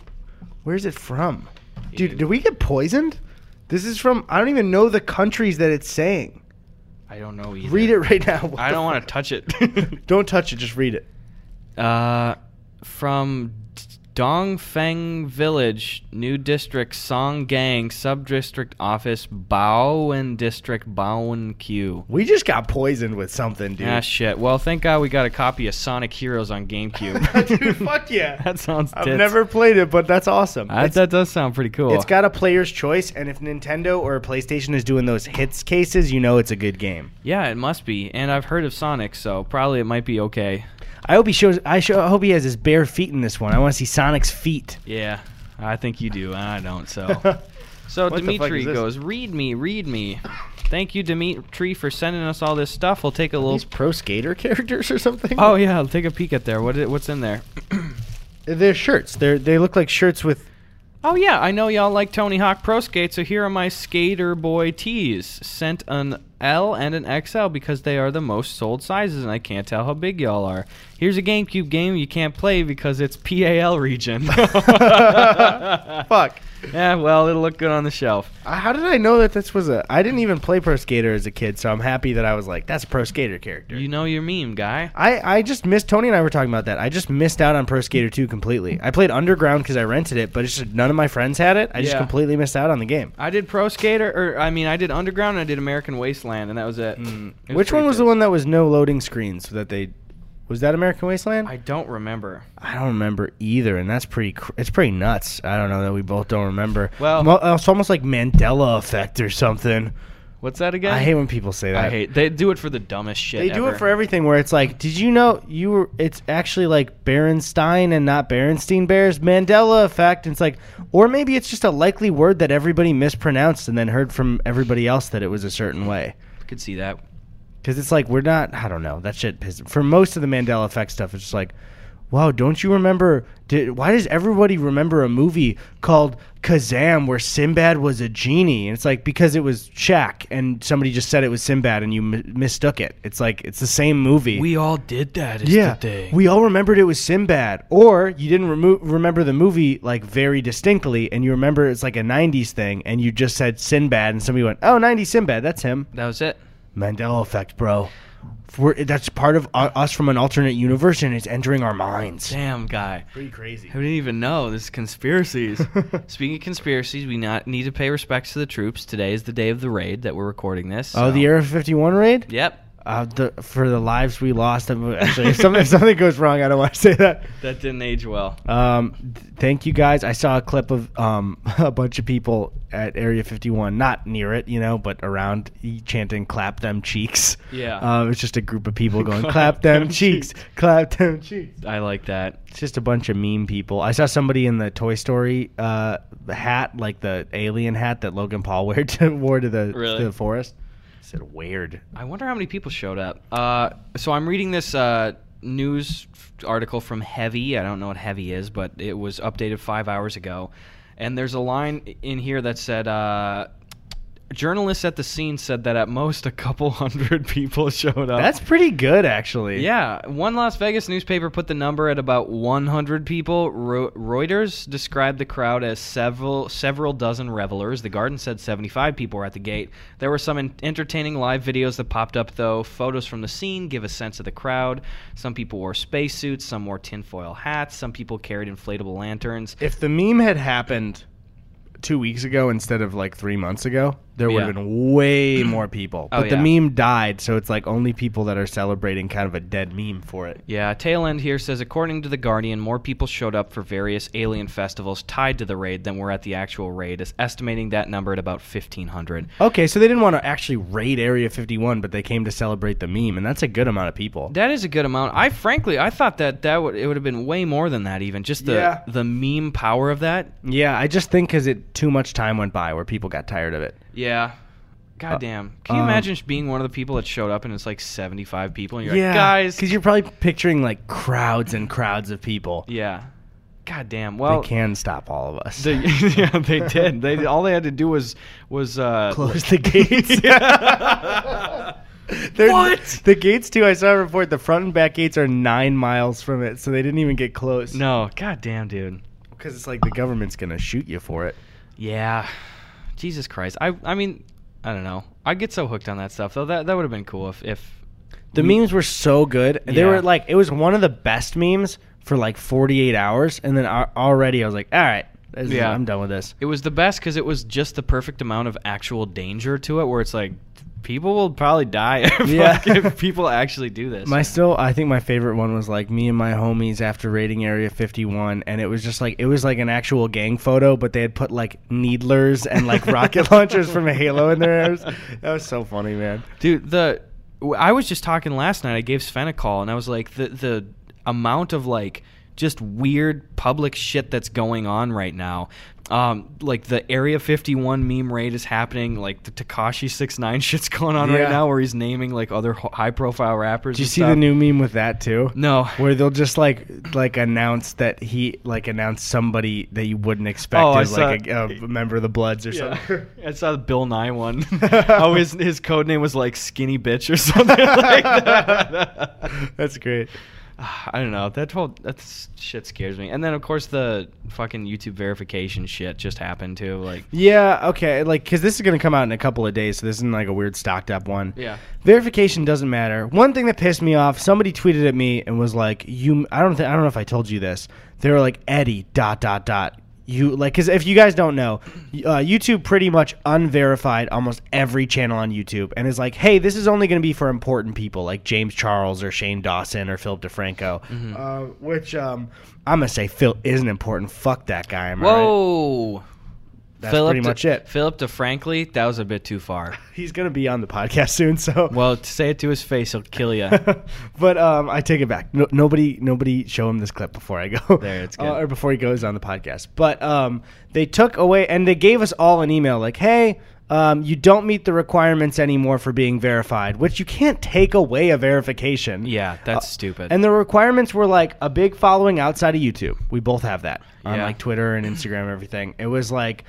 A: Where's it from?
B: Ew.
A: Dude, did we get poisoned? This is from. I don't even know the countries that it's saying.
B: I don't know either.
A: Read it right now. What
B: I
A: the
B: don't want
A: fuck?
B: to touch it.
A: Don't touch it. Just read it.
B: uh, from D- Dongfeng Village, New District, Songgang, Subdistrict Office, Baowen District, Baowen Q.
A: We just got poisoned with something, dude.
B: Ah, shit. Well, thank God we got a copy of Sonic Heroes on GameCube.
A: dude, fuck yeah.
B: that sounds
A: I've
B: tits.
A: never played it, but that's awesome.
B: I-
A: It's-
B: that does sound pretty cool.
A: it's got a player's choice, and if Nintendo or PlayStation is doing those hits cases, you know it's a good game.
B: yeah, it must be. And I've heard of Sonic, so probably it might be okay.
A: I hope he shows. I, show, I hope he has his bare feet in this one. I want to see Sonic's feet.
B: Yeah, I think you do, and I don't, so. So
A: What the fuck
B: Dimitri
A: is this?
B: goes, read me, read me. Thank you, Dimitri, for sending us all this stuff. We'll take a little.
A: These pro skater characters or something.
B: Oh yeah, I'll take a peek at there. What i- what's in there?
A: They're shirts. They're they look like shirts with.
B: Oh yeah, I know y'all like Tony Hawk Pro Skate, so here are my Skater Boy tees. Sent an L and an XL because they are the most sold sizes, and I can't tell how big y'all are. Here's a GameCube game you can't play because it's PAL region. yeah,
A: Fuck.
B: well, it'll look good on the shelf.
A: Uh, How did I know that this was a? I didn't even play pro skater as a kid, so I'm happy that I was like, that's a pro skater character.
B: You know your meme, guy.
A: I, I just missed Tony and I were talking about that. I just missed out on Pro Skater 2 completely. I played Underground because I rented it, but it's just none of my friends had it. I just
B: Yeah.
A: completely missed out on the game.
B: I did Pro Skater, or I mean, I did Underground, and I did American Wasteland, and that was it. Hmm. Mm, It was
A: Which one
B: pretty
A: was the
B: good.
A: one that was no loading screens that they was that American Wasteland?
B: I
A: I,
B: don't remember.
A: don't remember either, and that's pretty. Cr- it's pretty nuts. I don't know that we both don't remember.
B: Well-
A: Mo- uh, it's almost like Mandela effect or something.
B: What's that again?
A: I hate when people say that.
B: I hate. They do it for the dumbest shit.
A: They do
B: ever.
A: it for everything. Where it's like, did you know you were? It's actually like Berenstein and not Berenstein Bears. Mandela effect. And it's like, or maybe it's just a likely word that everybody mispronounced and then heard from everybody else that it was a certain way.
B: Could see that.
A: Because it's like we're not. I don't know. That shit pisses. For most of the Mandela effect stuff, it's just like wow, don't you remember? Did, why does everybody remember a movie called Kazam where Sinbad was a genie? And it's like because it was Shaq and somebody just said it was Sinbad and you m- mistook it. It's like it's the same movie.
B: We all did that. Is
A: yeah,
B: the thing.
A: we all remembered it was Sinbad, or you didn't remo- remember the movie like very distinctly, and you remember it's like a '90s thing, and you just said Sinbad, and somebody went, "Oh, '90s Sinbad, that's him."
B: that was it.
A: Mandela effect, bro. We're, that's part of u- us from an alternate universe, and it's entering our minds.
B: Damn, guy.
A: Pretty crazy.
B: I didn't even know. This is conspiracies. Speaking of conspiracies, we not need to pay respects to the troops. Today is the day of the raid that we're recording this.
A: Oh,
B: so-
A: the Area 51 raid?
B: Yep.
A: Uh, the, for the lives we lost. I'm- Actually, if, something, if something goes wrong, I don't want to say that.
B: That didn't age well.
A: Um, th- thank you guys. I saw a clip of um, a bunch of people at Area 51, not near it, you know, but around e- chanting "Clap them cheeks."
B: Yeah.
A: uh, it's just a group of people going "Clap them cheeks, clap them cheeks."
B: I like that.
A: It's just a bunch of meme people. I saw somebody in the Toy Story uh, hat, like the alien hat that Logan Paul wore to, wore to the
B: Really?
A: to the forest. I said weird.
B: I wonder how many people showed up. Uh, so I'm reading this uh, news f- article from Heavy. I don't know what Heavy is, but it was updated five hours ago. And there's a line in here that said, uh, "Journalists at the scene said that at most a couple hundred people showed up."
A: That's pretty good, actually.
B: Oh. Yeah, one Las Vegas newspaper put the number at about 100 people. Ro- Reuters described the crowd as several several dozen revelers. The Garden said 75 people were at the gate. There were some en- entertaining live videos that popped up, though. Photos from the scene give a sense of the crowd. Some people wore spacesuits, some wore tinfoil hats, some people carried inflatable lanterns.
A: If the meme had happened two weeks ago instead of like three months ago, there would have
B: Yeah.
A: been way more people.
B: Oh,
A: But the
B: yeah.
A: meme died, so it's like only people that are celebrating kind of a dead meme for it.
B: Yeah, tail end here says according to the Guardian, more people showed up for various alien festivals tied to the raid than were at the actual raid, is estimating that number at about 1500.
A: Okay, so they didn't want to actually raid Area 51, but they came to celebrate the meme, and that's a good amount of people.
B: That is a good amount. I frankly, I thought that that would it would have been way more than that. Even just the
A: Yeah.
B: the meme power of that.
A: Yeah, I just think because it too much time went by where people got tired of it.
B: Yeah. God
A: Uh,
B: damn. Can you
A: um,
B: imagine just being one of the people that showed up and it's like seventy five people and you're
A: yeah,
B: like, guys.
A: because you're probably picturing like crowds and crowds of people.
B: Yeah. God damn. Well.
A: they can stop all of us.
B: They, yeah, they did. They all they had to do was was uh,
A: Close the gates. They're-
B: What?
A: The gates too. I saw a report. The front and back gates are nine miles from it, so they didn't even get close.
B: No, god damn, dude.
A: because it's like the government's gonna shoot you for it.
B: Yeah. Jesus Christ. I I mean, I don't know. I get so hooked on that stuff though. That that would have been cool if if
A: The memes were so good. and They
B: Yeah.
A: were like, it was one of the best memes for like 48 hours, and then al- already I was like, all right, this is-
B: Yeah.
A: I'm done with this.
B: It was the best because it was just the perfect amount of actual danger to it, where it's like people will probably die if,
A: Yeah.
B: like, if people actually do this.
A: My still, I think my favorite one was like me and my homies after raiding Area 51, and it was just like it was like an actual gang photo, but they had put like needlers and like rocket launchers from Halo in their ears. That was so funny, man.
B: Dude, the w- I was just talking last night. I gave Sven a call, and I was like, the the amount of like just weird public shit that's going on right now. Um, like the Area 51 meme raid is happening. Like the Takashi 69 shit's going on
A: Yeah.
B: right now, where he's naming like other high profile rappers.
A: Do you
B: and
A: see
B: stuff.
A: the new meme with that too?
B: No.
A: Where they'll just like like announce that he like announced somebody that you wouldn't expect
B: Oh, I
A: as like a, a member of the Bloods or
B: Yeah.
A: something.
B: I saw the Bill Nye one. oh, his his code name was like Skinny Bitch or something like that. Ah,
A: That's great.
B: I don't know. That whole that s- shit scares me. And then of course the fucking YouTube verification shit just happened too. Like
A: Yeah, okay. Like, because this is going to come out in a couple of days, so this isn't like a weird stocked up one.
B: Yeah.
A: Verification doesn't matter. One thing that pissed me off, somebody tweeted at me and was like, you, I don't think, I don't know if I told you this. They were like, Eddie, dot, dot, dot. You, like, because if you guys don't know, uh, YouTube pretty much unverified almost every channel on YouTube and is like, hey, this is only going to be for important people like James Charles or Shane Dawson or Philip DeFranco, uh, which um, I'm going to say Phil isn't important. Fuck that guy. Am I right?
B: whoa.
A: That's pretty much it.
B: Philip DeFrankly, that was a bit too far.
A: He's gonna be on the podcast soon, so.
B: Well, to say it to his face, he'll kill you.
A: but um, I take it back. No, nobody, nobody, show him this clip before I go.
B: There, it's good.
A: Uh, or before he goes on the podcast. But um, they took away and they gave us all an email like, "Hey, um, you don't meet the requirements anymore for being verified, which you can't take away a verification.
B: Yeah, that's stupid.
A: Uh, And the requirements were like a big following outside of YouTube. We both have that on
B: Yeah.
A: like Twitter and Instagram and everything. It was like,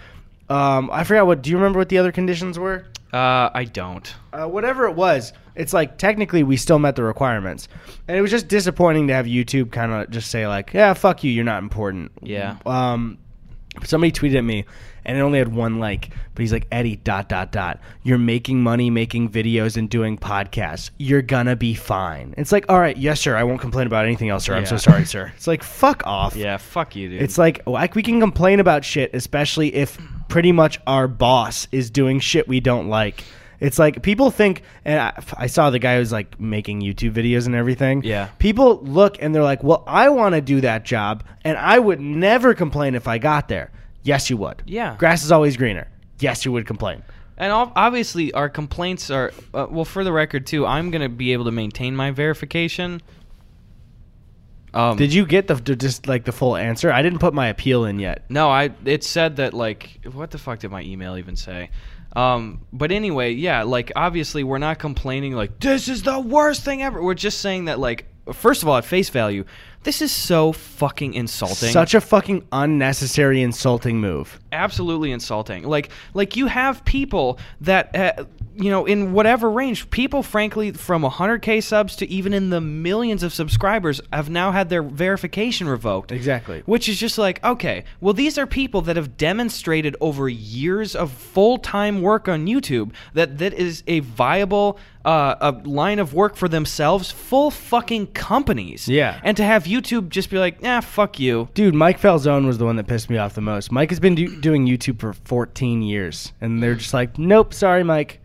A: um, I forgot what. Do you remember what the other conditions were?
B: uh, I don't.
A: uh, whatever it was, it's like technically we still met the requirements, and it was just disappointing to have YouTube kind of just say like, "Yeah, fuck you, you're not important."
B: Yeah.
A: Um, somebody tweeted at me, and it only had one like, but he's like, "Eddie, dot dot dot, you're making money, making videos, and doing podcasts. You're gonna be fine." It's like, all right, yes, sir. I won't complain about anything else, sir. I'm so
B: Yeah.
A: sorry, sir. It's like, fuck off.
B: Yeah, fuck you, dude.
A: It's like like we can complain about shit, especially if pretty much our boss is doing shit we don't like. It's like people think, and I, I saw the guy who's like making YouTube videos and everything.
B: Yeah.
A: People look and they're like, well, I want to do that job, and I would never complain if I got there. Yes, you would.
B: Yeah.
A: Grass is always greener. Yes, you would complain.
B: And ob- obviously, our complaints are uh, well. For the record, too, I'm gonna be able to maintain my verification. Um,
A: Did you get the just like the full answer? I didn't put my appeal in yet.
B: No, I. It said that like, what the fuck did my email even say? Um, but anyway, yeah, like obviously we're not complaining like this is the worst thing ever. We're just saying that like, first of all, at face value, this is so fucking insulting.
A: Such a fucking unnecessary, insulting move.
B: absolutely insulting. Like like you have people that uh, you know in whatever range, people frankly from 100k subs to even in the millions of subscribers have now had their verification revoked.
A: Exactly.
B: Which is just like, okay, well these are people that have demonstrated over years of full-time work on YouTube that that is a viable uh, a line of work for themselves, full fucking companies.
A: Yeah.
B: And to have YouTube just be like, nah, fuck you.
A: Dude, Mike Falzone was the one that pissed me off the most. Mike has been do- doing YouTube for 14 years, and they're just like, nope, sorry, Mike.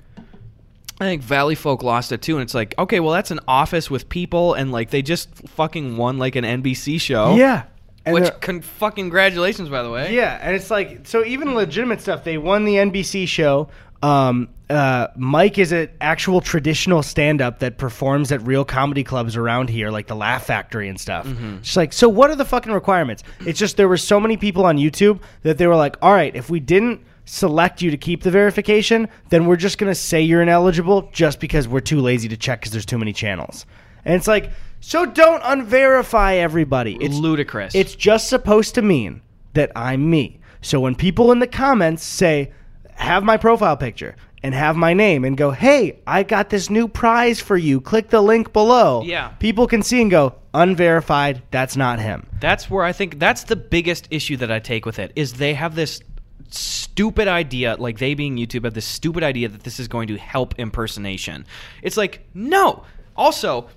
B: I think Valley Folk lost it too, and it's like, okay, well, that's an office with people, and like they just fucking won like an NBC show.
A: Yeah. And
B: Oh. which
A: they're-
B: con- fucking congratulations, by the way.
A: yeah, and it's like, so even legitimate stuff, they won the NBC show. Um, uh, Mike is an actual traditional stand up that performs at real comedy clubs around here, like the Laugh Factory and stuff. It's like, so what are the fucking requirements? It's just there were so many people on YouTube that they were like, all right, if we didn't select you to keep the verification, then we're just going to say you're ineligible just because we're too lazy to check because there's too many channels. And it's like, so don't unverify everybody.
B: it's
A: It's
B: ludicrous.
A: it's just supposed to mean that I'm me. So when people in the comments say, have my profile picture and have my name and go, hey, I got this new prize for you, click the link below.
B: Yeah.
A: People can see and go, unverified, that's not him.
B: that's where I think that's the biggest issue that I take with it is they have this stupid idea, like they being YouTube have this stupid idea that this is going to help impersonation. It's like no. Also,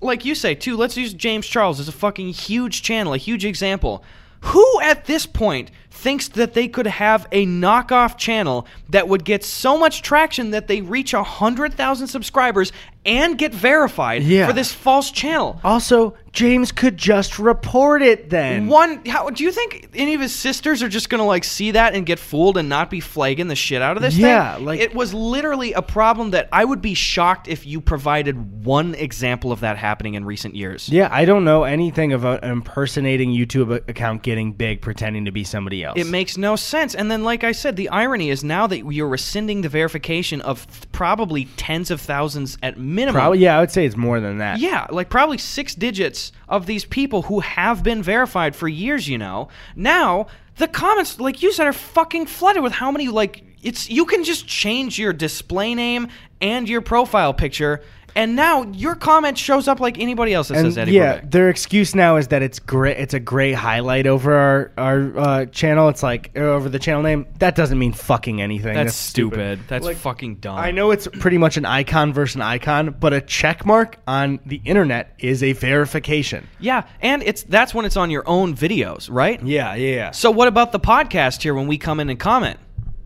B: like you say too, let's use James Charles as a fucking huge channel, a huge example. Who at this point thinks that they could have a knockoff channel that would get so much traction that they reach 100,000 subscribers and get verified
A: Yeah.
B: for this false channel?
A: Also, James could just report it then.
B: One, how do you think any of his sisters are just gonna like see that and get fooled and not be flagging the shit out of this
A: Yeah,
B: thing?
A: like-
B: it was literally a problem that I would be shocked if you provided one example of that happening in recent years.
A: Yeah, I don't know anything about an impersonating YouTube a- account getting big pretending to be somebody else.
B: It makes no sense. And then, like I said, the irony is now that you're rescinding the verification of th- probably tens of thousands at minimum.
A: Probably, yeah, I would say it's more than that.
B: Yeah, like probably six digits of these people who have been verified for years, you know. Now, the comments, like you said, are fucking flooded with how many, like, it's, you can just change your display name and your profile picture, and now your comment shows up like anybody else that says
A: And,
B: Eddie
A: yeah,
B: Quebec.
A: their excuse now is that it's great. It's a gray highlight over our our uh, channel. It's like uh, over the channel name. That doesn't mean fucking anything.
B: That's, stupid. That's
A: Like,
B: fucking dumb.
A: I know it's pretty much an icon versus an icon, but a check mark on the internet is a verification.
B: Yeah, and it's that's when it's on your own videos, right?
A: Yeah, yeah, yeah.
B: So what about the podcast here when we come in and comment?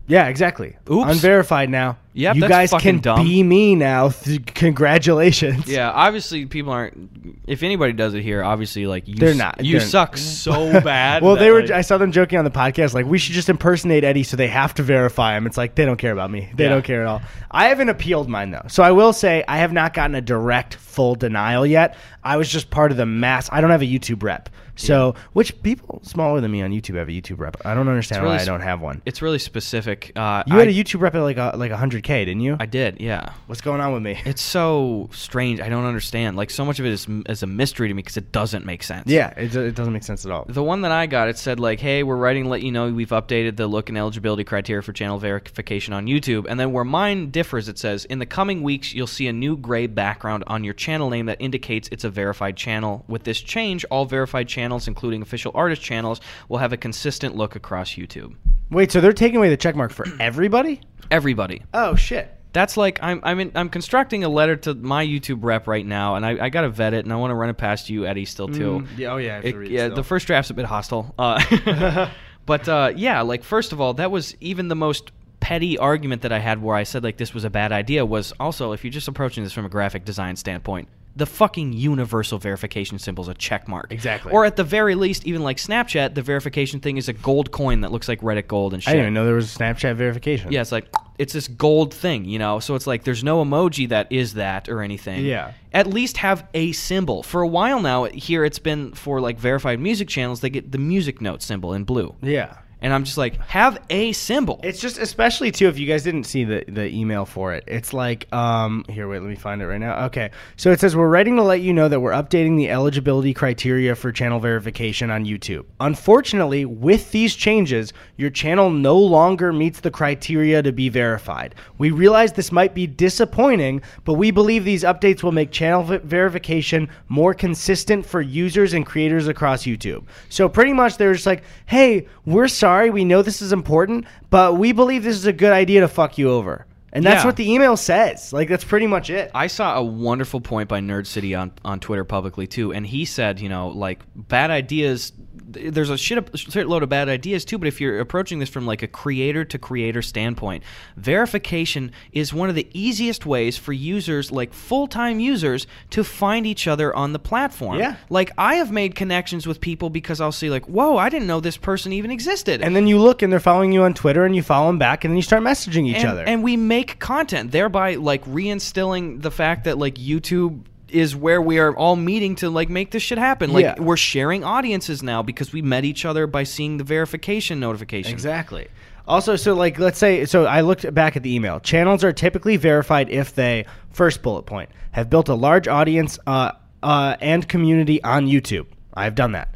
A: Yeah, exactly.
B: Oops.
A: Unverified now.
B: Yep,
A: you
B: that's
A: guys
B: fucking
A: can
B: dumb.
A: be me now. Th- congratulations.
B: Yeah, obviously people aren't. If anybody does it here, obviously like you,
A: They're
B: s-
A: not-
B: You
A: they're-
B: suck so bad.
A: Well,
B: that,
A: they were.
B: like-
A: I saw them joking on the podcast, like we should just impersonate Eddie, so they have to verify him. It's like they don't care about me. They
B: Yeah.
A: don't care at all. I haven't appealed mine though, so I will say I have not gotten a direct full denial yet. I was just part of the mass. I don't have a YouTube rep, so which people smaller than me on YouTube have a YouTube rep. I don't understand
B: It's really
A: why I
B: sp-
A: don't have one.
B: it's really specific. Uh,
A: You
B: I,
A: had a YouTube rep at like a, like hundred k, didn't you?
B: I did, yeah.
A: What's going on with me?
B: It's so strange. I don't understand. Like so much of it is is a mystery to me because it doesn't make sense.
A: yeah, it, do- it doesn't make sense at all.
B: The one that I got, it said like, "Hey, we're writing to let you know we've updated the look and eligibility criteria for channel verification on YouTube." And then where mine differs, it says, "In the coming weeks, you'll see a new gray background on your channel name that indicates it's a verified channel. With this change, all verified channels, including official artist channels, will have a consistent look across YouTube.
A: Wait, so they're taking away the check mark for everybody?
B: Everybody."
A: Oh shit.
B: That's like I'm I'm in, I'm constructing a letter to my YouTube rep right now, and I, I gotta vet it, and I want to run it past you, Eddie, still too.
A: Mm, yeah, oh, yeah, I have to
B: It-
A: read it
B: yeah.
A: still.
B: The first draft's a bit hostile, uh, but uh, yeah, like first of all, that was even the most petty argument that I had, where I said like this was a bad idea. Was also if you're just approaching this from a graphic design standpoint. The fucking universal verification symbol is a check mark.
A: Exactly.
B: Or at the very least, even like Snapchat, the verification thing is a gold coin that looks like Reddit gold and shit.
A: I didn't even know there was a Snapchat verification.
B: Yeah, it's like it's this gold thing, you know. So it's like there's no emoji that is that or anything.
A: Yeah.
B: At least have a symbol. For a while now, here it's been for like verified music channels. They get the music note symbol in blue,
A: Yeah.
B: and I'm just like, have a symbol.
A: It's just especially too if you guys didn't see the, the email for it. It's like um here wait, let me find it right now. Okay. So it says we're writing to let you know that we're updating the eligibility criteria for channel verification on YouTube. Unfortunately, with these changes, your channel no longer meets the criteria to be verified. We realize this might be disappointing, but we believe these updates will make channel v- verification more consistent for users and creators across YouTube. So pretty much they're just like, "Hey, we're sorry. We know this is important, but we believe this is a good idea to fuck you over." And that's
B: Yeah.
A: what the email says. Like that's pretty much it.
B: I saw a wonderful point by Nerd City on, on Twitter publicly too, and he said, you know, like bad ideas. th- There's a shit shitload of bad ideas too, but if you're approaching this from like a creator to creator standpoint, verification is one of the easiest ways for users, like full time users, to find each other on the platform.
A: Yeah.
B: Like I have made connections with people because I'll see like, whoa, I didn't know this person even existed.
A: and then you look and they're following you on Twitter and you follow them back and then you start messaging each
B: and,
A: other.
B: and we make content, thereby like reinstilling the fact that like YouTube is where we are all meeting to like make this shit happen. Like
A: Yeah.
B: we're sharing audiences now because we met each other by seeing the verification notification.
A: Exactly. Also, so like, let's say, so I looked back at the email. Channels are typically verified if they, first bullet point, have built a large audience uh, uh, and community on YouTube. I've done that.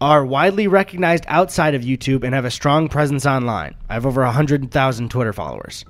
A: Are widely recognized outside of YouTube and have a strong presence online. I have over 100,000 Twitter followers.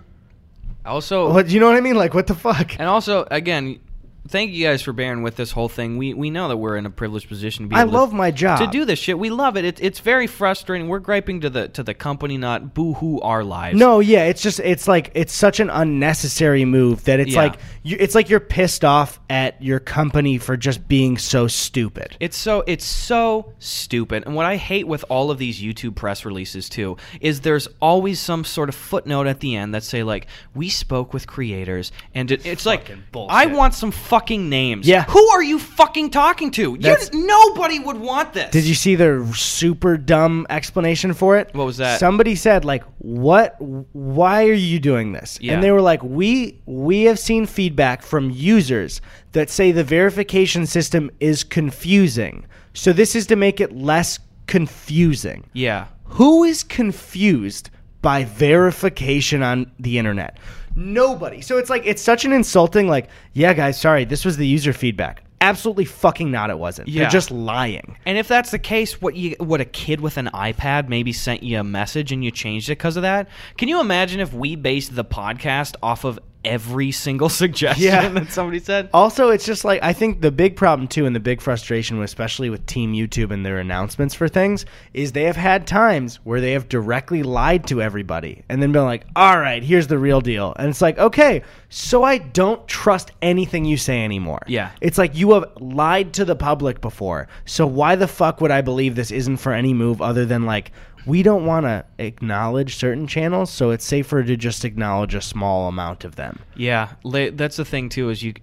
B: Also,
A: What, you know what I mean? Like, what the fuck?
B: and also again, thank you guys for bearing with this whole thing. We we know that we're in a privileged position. To be
A: I
B: able to-
A: love my job.
B: to do this shit. We love it. it. It's very frustrating. We're griping to the to the company, not boo-hoo our lives.
A: No, yeah, it's just it's like it's such an unnecessary move that it's
B: Yeah.
A: like you, it's like you're pissed off at your company for just being so stupid.
B: It's so it's so stupid. And what I hate with all of these YouTube press releases too is there's always some sort of footnote at the end that say like we spoke with creators and it, it's like
A: bullshit.
B: I want some fucking names.
A: Yeah.
B: Who are you fucking talking to? You,
A: That's-
B: nobody would want this.
A: Did you see their super dumb explanation for it?
B: What was that?
A: Somebody said like, "What? Why are you doing this?"
B: Yeah.
A: And they were like, "We we have seen feedback from users that say the verification system is confusing. So this is to make it less confusing."
B: Yeah.
A: Who is confused by verification on the internet? Nobody. So it's like it's such an insulting like, "Yeah, guys, sorry, this was the user feedback." Absolutely fucking not it wasn't.
B: Yeah.
A: They're just lying.
B: And if that's the case, what you what a kid with an iPad maybe sent you a message and you changed it because of that? Can you imagine if we based the podcast off of every single suggestion
A: Yeah.
B: that somebody said?
A: Also, it's just like I think the big problem too, and the big frustration, with- especially with Team YouTube and their announcements for things, is they have had times where they have directly lied to everybody and then been like, "All right, here's the real deal," and it's like, "Okay, so I don't trust anything you say anymore."
B: Yeah.
A: it's like you have lied to the public before, so why the fuck would I believe this isn't for any move other than like we don't want to acknowledge certain channels, so it's safer to just acknowledge a small amount of them.
B: Yeah, la- that's the thing too. Is you,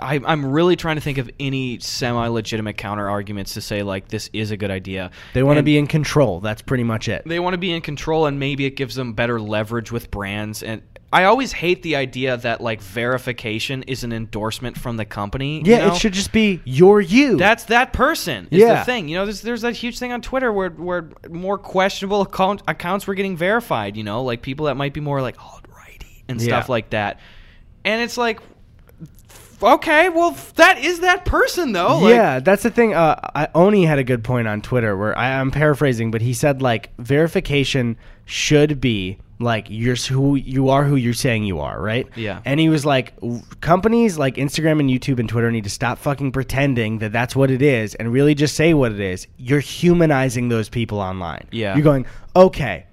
B: I, I'm really trying to think of any semi-legitimate counter arguments to say like this is a good idea.
A: They want to
B: And
A: be in control. That's pretty much it.
B: They want to be in control, and maybe it gives them better leverage with brands. And I always hate the idea that like verification is an endorsement from the company. you
A: yeah,
B: know?
A: it should just be you're you.
B: That's that person. Is
A: Yeah.
B: the thing. You know, there's there's that huge thing on Twitter where where more questionable account, accounts were getting verified. You know, like people that might be more like alrighty and stuff
A: Yeah.
B: like that. And it's like, f- okay, well f- that is that person though. Like,
A: yeah, that's the thing. Uh, I, Oni had a good point on Twitter where I, I'm paraphrasing, but he said like verification should be like you're s- who you are who you're saying you are, right?
B: Yeah.
A: And he was like, w- companies like Instagram and YouTube and Twitter need to stop fucking pretending that that's what it is and really just say what it is. You're humanizing those people online.
B: Yeah.
A: You're going, okay,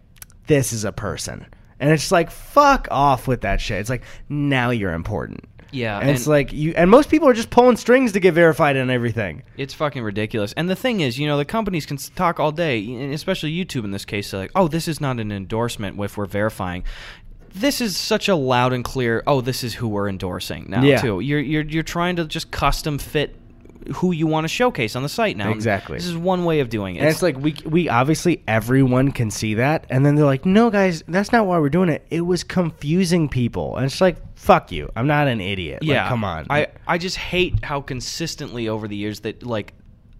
A: this is a person. And it's like fuck off with that shit. It's like now you're important.
B: Yeah,
A: and it's
B: and-
A: like you and most people are just pulling strings to get verified and everything.
B: It's fucking ridiculous. And the thing is, you know, the companies can s- talk all day, and especially YouTube in this case. They're like, oh, this is not an endorsement if we're verifying. This is such a loud and clear. Oh, this is who we're endorsing now
A: Yeah.
B: too. You're you're you're trying to just custom fit who you want to showcase on the site now.
A: Exactly.
B: This is one way of doing it.
A: And it's like we we obviously everyone can see that, and then they're like, "No, guys, that's not why we're doing it. It was confusing people." And it's like, "Fuck you, I'm not an idiot." Like,
B: yeah,
A: come on.
B: I I just hate how consistently over the years that like.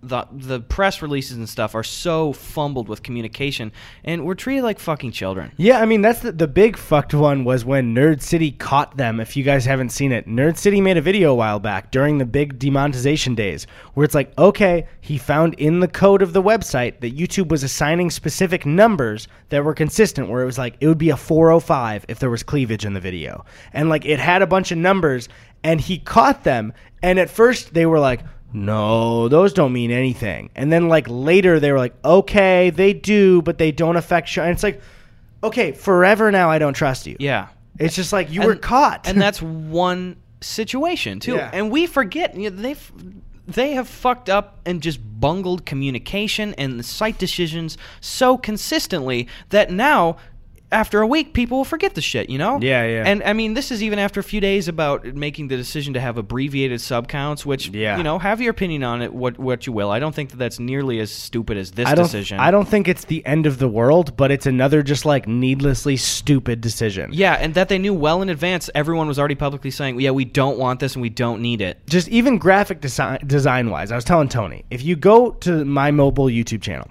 B: The, the press releases and stuff are so fumbled with communication, and we're treated like fucking children.
A: yeah, I mean that's the, the big fucked one was when Nerd City caught them. If you guys haven't seen it, Nerd City made a video a while back during the big demonetization days, where it's like, okay, he found in the code of the website that YouTube was assigning specific numbers that were consistent. Where it was like it would be a 405 if there was cleavage in the video, and like it had a bunch of numbers, and he caught them. And at first they were like, no, those don't mean anything. And then like later they were like, okay, they do, but they don't affect show. And it's like, okay, forever now I don't trust you.
B: Yeah,
A: It's just like you were
B: And-
A: caught.
B: and that's one situation too.
A: Yeah.
B: And we forget you know, they f- they have fucked up and just bungled communication and the site decisions so consistently that now. After a week, people will forget the shit, you know.
A: Yeah, yeah.
B: And I mean, this is even after a few days about making the decision to have abbreviated sub counts, which
A: Yeah.
B: you know, have your opinion on it, what what you will. I don't think that that's nearly as stupid as this
A: I don't,
B: decision.
A: I don't think it's the end of the world, but it's another just like needlessly stupid decision.
B: Yeah, and that they knew well in advance. Everyone was already publicly saying, "Yeah, we don't want this and we don't need it."
A: just even graphic design design wise, I was telling Tony, if you go to my mobile YouTube channel,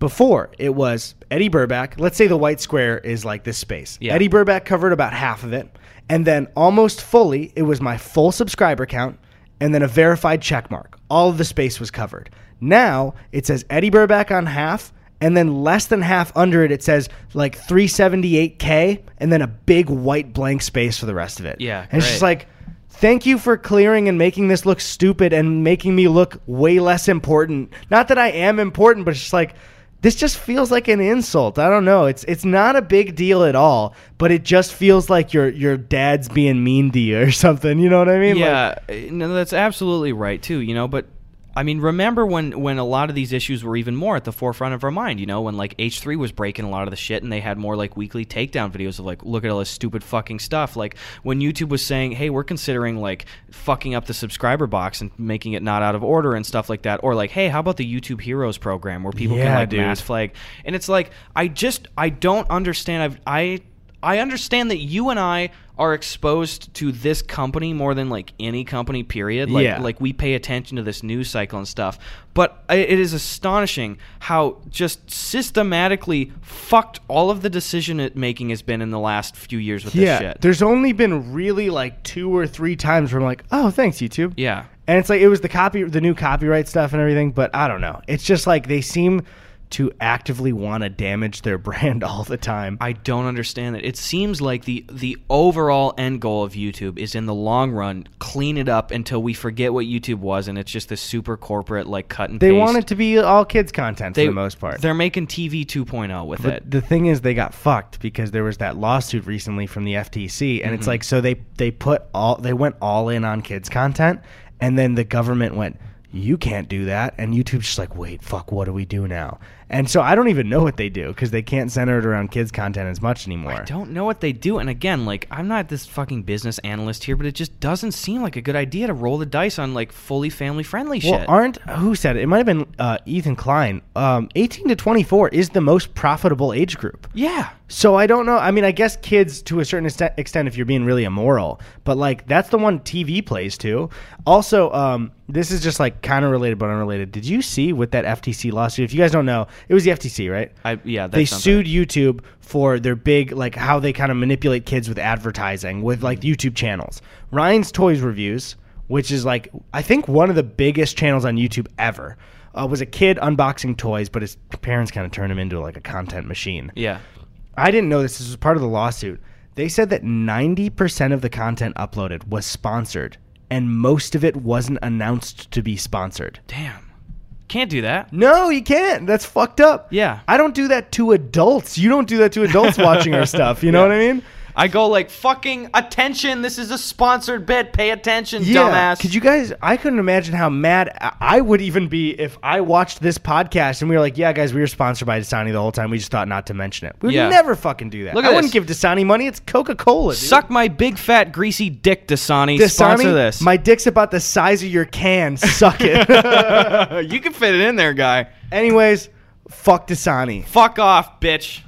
A: before it was Eddie Burback. Let's say the white square is like this space.
B: Yeah.
A: Eddie Burback covered about half of it, and then almost fully, it was my full subscriber count, and then a verified check mark. All of the space was covered. Now it says Eddie Burback on half. And then less than half under it, it says like 378K, and then a big white blank space for the rest of it.
B: Yeah,
A: And it's just
B: great.
A: like, like, thank you for clearing and making this look stupid and making me look way less important. Not that I am important, but it's just like this just feels like an insult. I don't know. It's it's not a big deal at all, but it just feels like your your dad's being mean to you or something. You know what I mean? Like,
B: Yeah, uh, no, that's absolutely right too. You know, but I mean, remember when when a lot of these issues were even more at the forefront of our mind? You know, when like H three was breaking a lot of the shit, and they had more like weekly takedown videos of like, look at all this stupid fucking stuff. Like when YouTube was saying, hey, we're considering like fucking up the subscriber box and making it not out of order and stuff like that, or like, hey, how about the YouTube Heroes program where people can
A: Yeah,
B: like
A: dude.
B: mass flag? And it's like, I just I don't understand. I've I I understand that you and I are exposed to this company more than like any company period like
A: Yeah.
B: like we pay attention to this news cycle and stuff but i- it is astonishing how just systematically fucked all of the decision it- making has been in the last few years with
A: yeah.
B: this shit
A: There's only been really like two or three times where I'm like, oh, thanks YouTube.
B: yeah
A: And it's like it was the copy the new copyright stuff and everything, but I don't know. It's just like they seem to actively want to damage their brand all the time.
B: I don't understand it. It seems like the the overall end goal of YouTube is in the long run clean it up until we forget what YouTube was and it's just this super corporate like cut and
A: They
B: paste.
A: want it to be all kids content
B: They-
A: for the most part.
B: They're making TV 2.0 with it.
A: But the thing is, they got fucked because there was that lawsuit recently from the FTC, and
B: Mm-hmm.
A: it's like so they they put all they went all in on kids content, and then the government went, you can't do that, and YouTube's just like, wait, fuck, what do we do now? And so I don't even know what they do because they can't center it around kids content as much anymore.
B: I don't know what they do. And again, like I'm not this fucking business analyst here, but it just doesn't seem like a good idea to roll the dice on like fully family friendly
A: Well,
B: shit.
A: aren't who said it? It might have been uh, Ethan Klein. Um, 18 to 24 is the most profitable age group.
B: yeah.
A: So I don't know. I mean, I guess kids to a certain extent, extent if you're being really immoral, but like that's the one TV plays to. Also, um, this is just like kind of related but unrelated. Did you see with that FTC lawsuit? If you guys don't know, it was the FTC, right?
B: I yeah. That
A: they
B: sounds
A: sued YouTube for their big like how they kind of manipulate kids with advertising with like YouTube channels. Ryan's Toys Reviews, which is like I think one of the biggest channels on YouTube ever, uh, was a kid unboxing toys, but his parents kind of turned him into like a content machine.
B: Right. Yeah.
A: I didn't know this. This was part of the lawsuit. They said that 90% of the content uploaded was sponsored, and most of it wasn't announced to be sponsored.
B: Damn. Can't do that.
A: No, you can't. That's fucked up.
B: Yeah.
A: I don't do that to adults. You don't do that to adults watching our stuff. You know what I mean?
B: I go like fucking attention. This is a sponsored bit. Pay attention, dumbass.
A: Could you guys? I couldn't imagine how mad I- I would even be if I watched this podcast and we were like, "Yeah, guys, we were sponsored by Dasani the whole time. We just thought not to mention it. We would
B: Yeah.
A: never fucking do that.
B: Look
A: I
B: at
A: wouldn't
B: this.
A: give Dasani money. It's Coca Cola.
B: suck my big fat greasy dick, Dasani?
A: Dasani,
B: Sponsor this.
A: My dick's about the size of your can. Suck it.
B: you can fit it in there, guy.
A: Anyways, fuck Dasani.
B: Fuck off, bitch.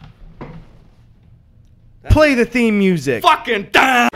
A: Play the theme music.
B: Fucking damn.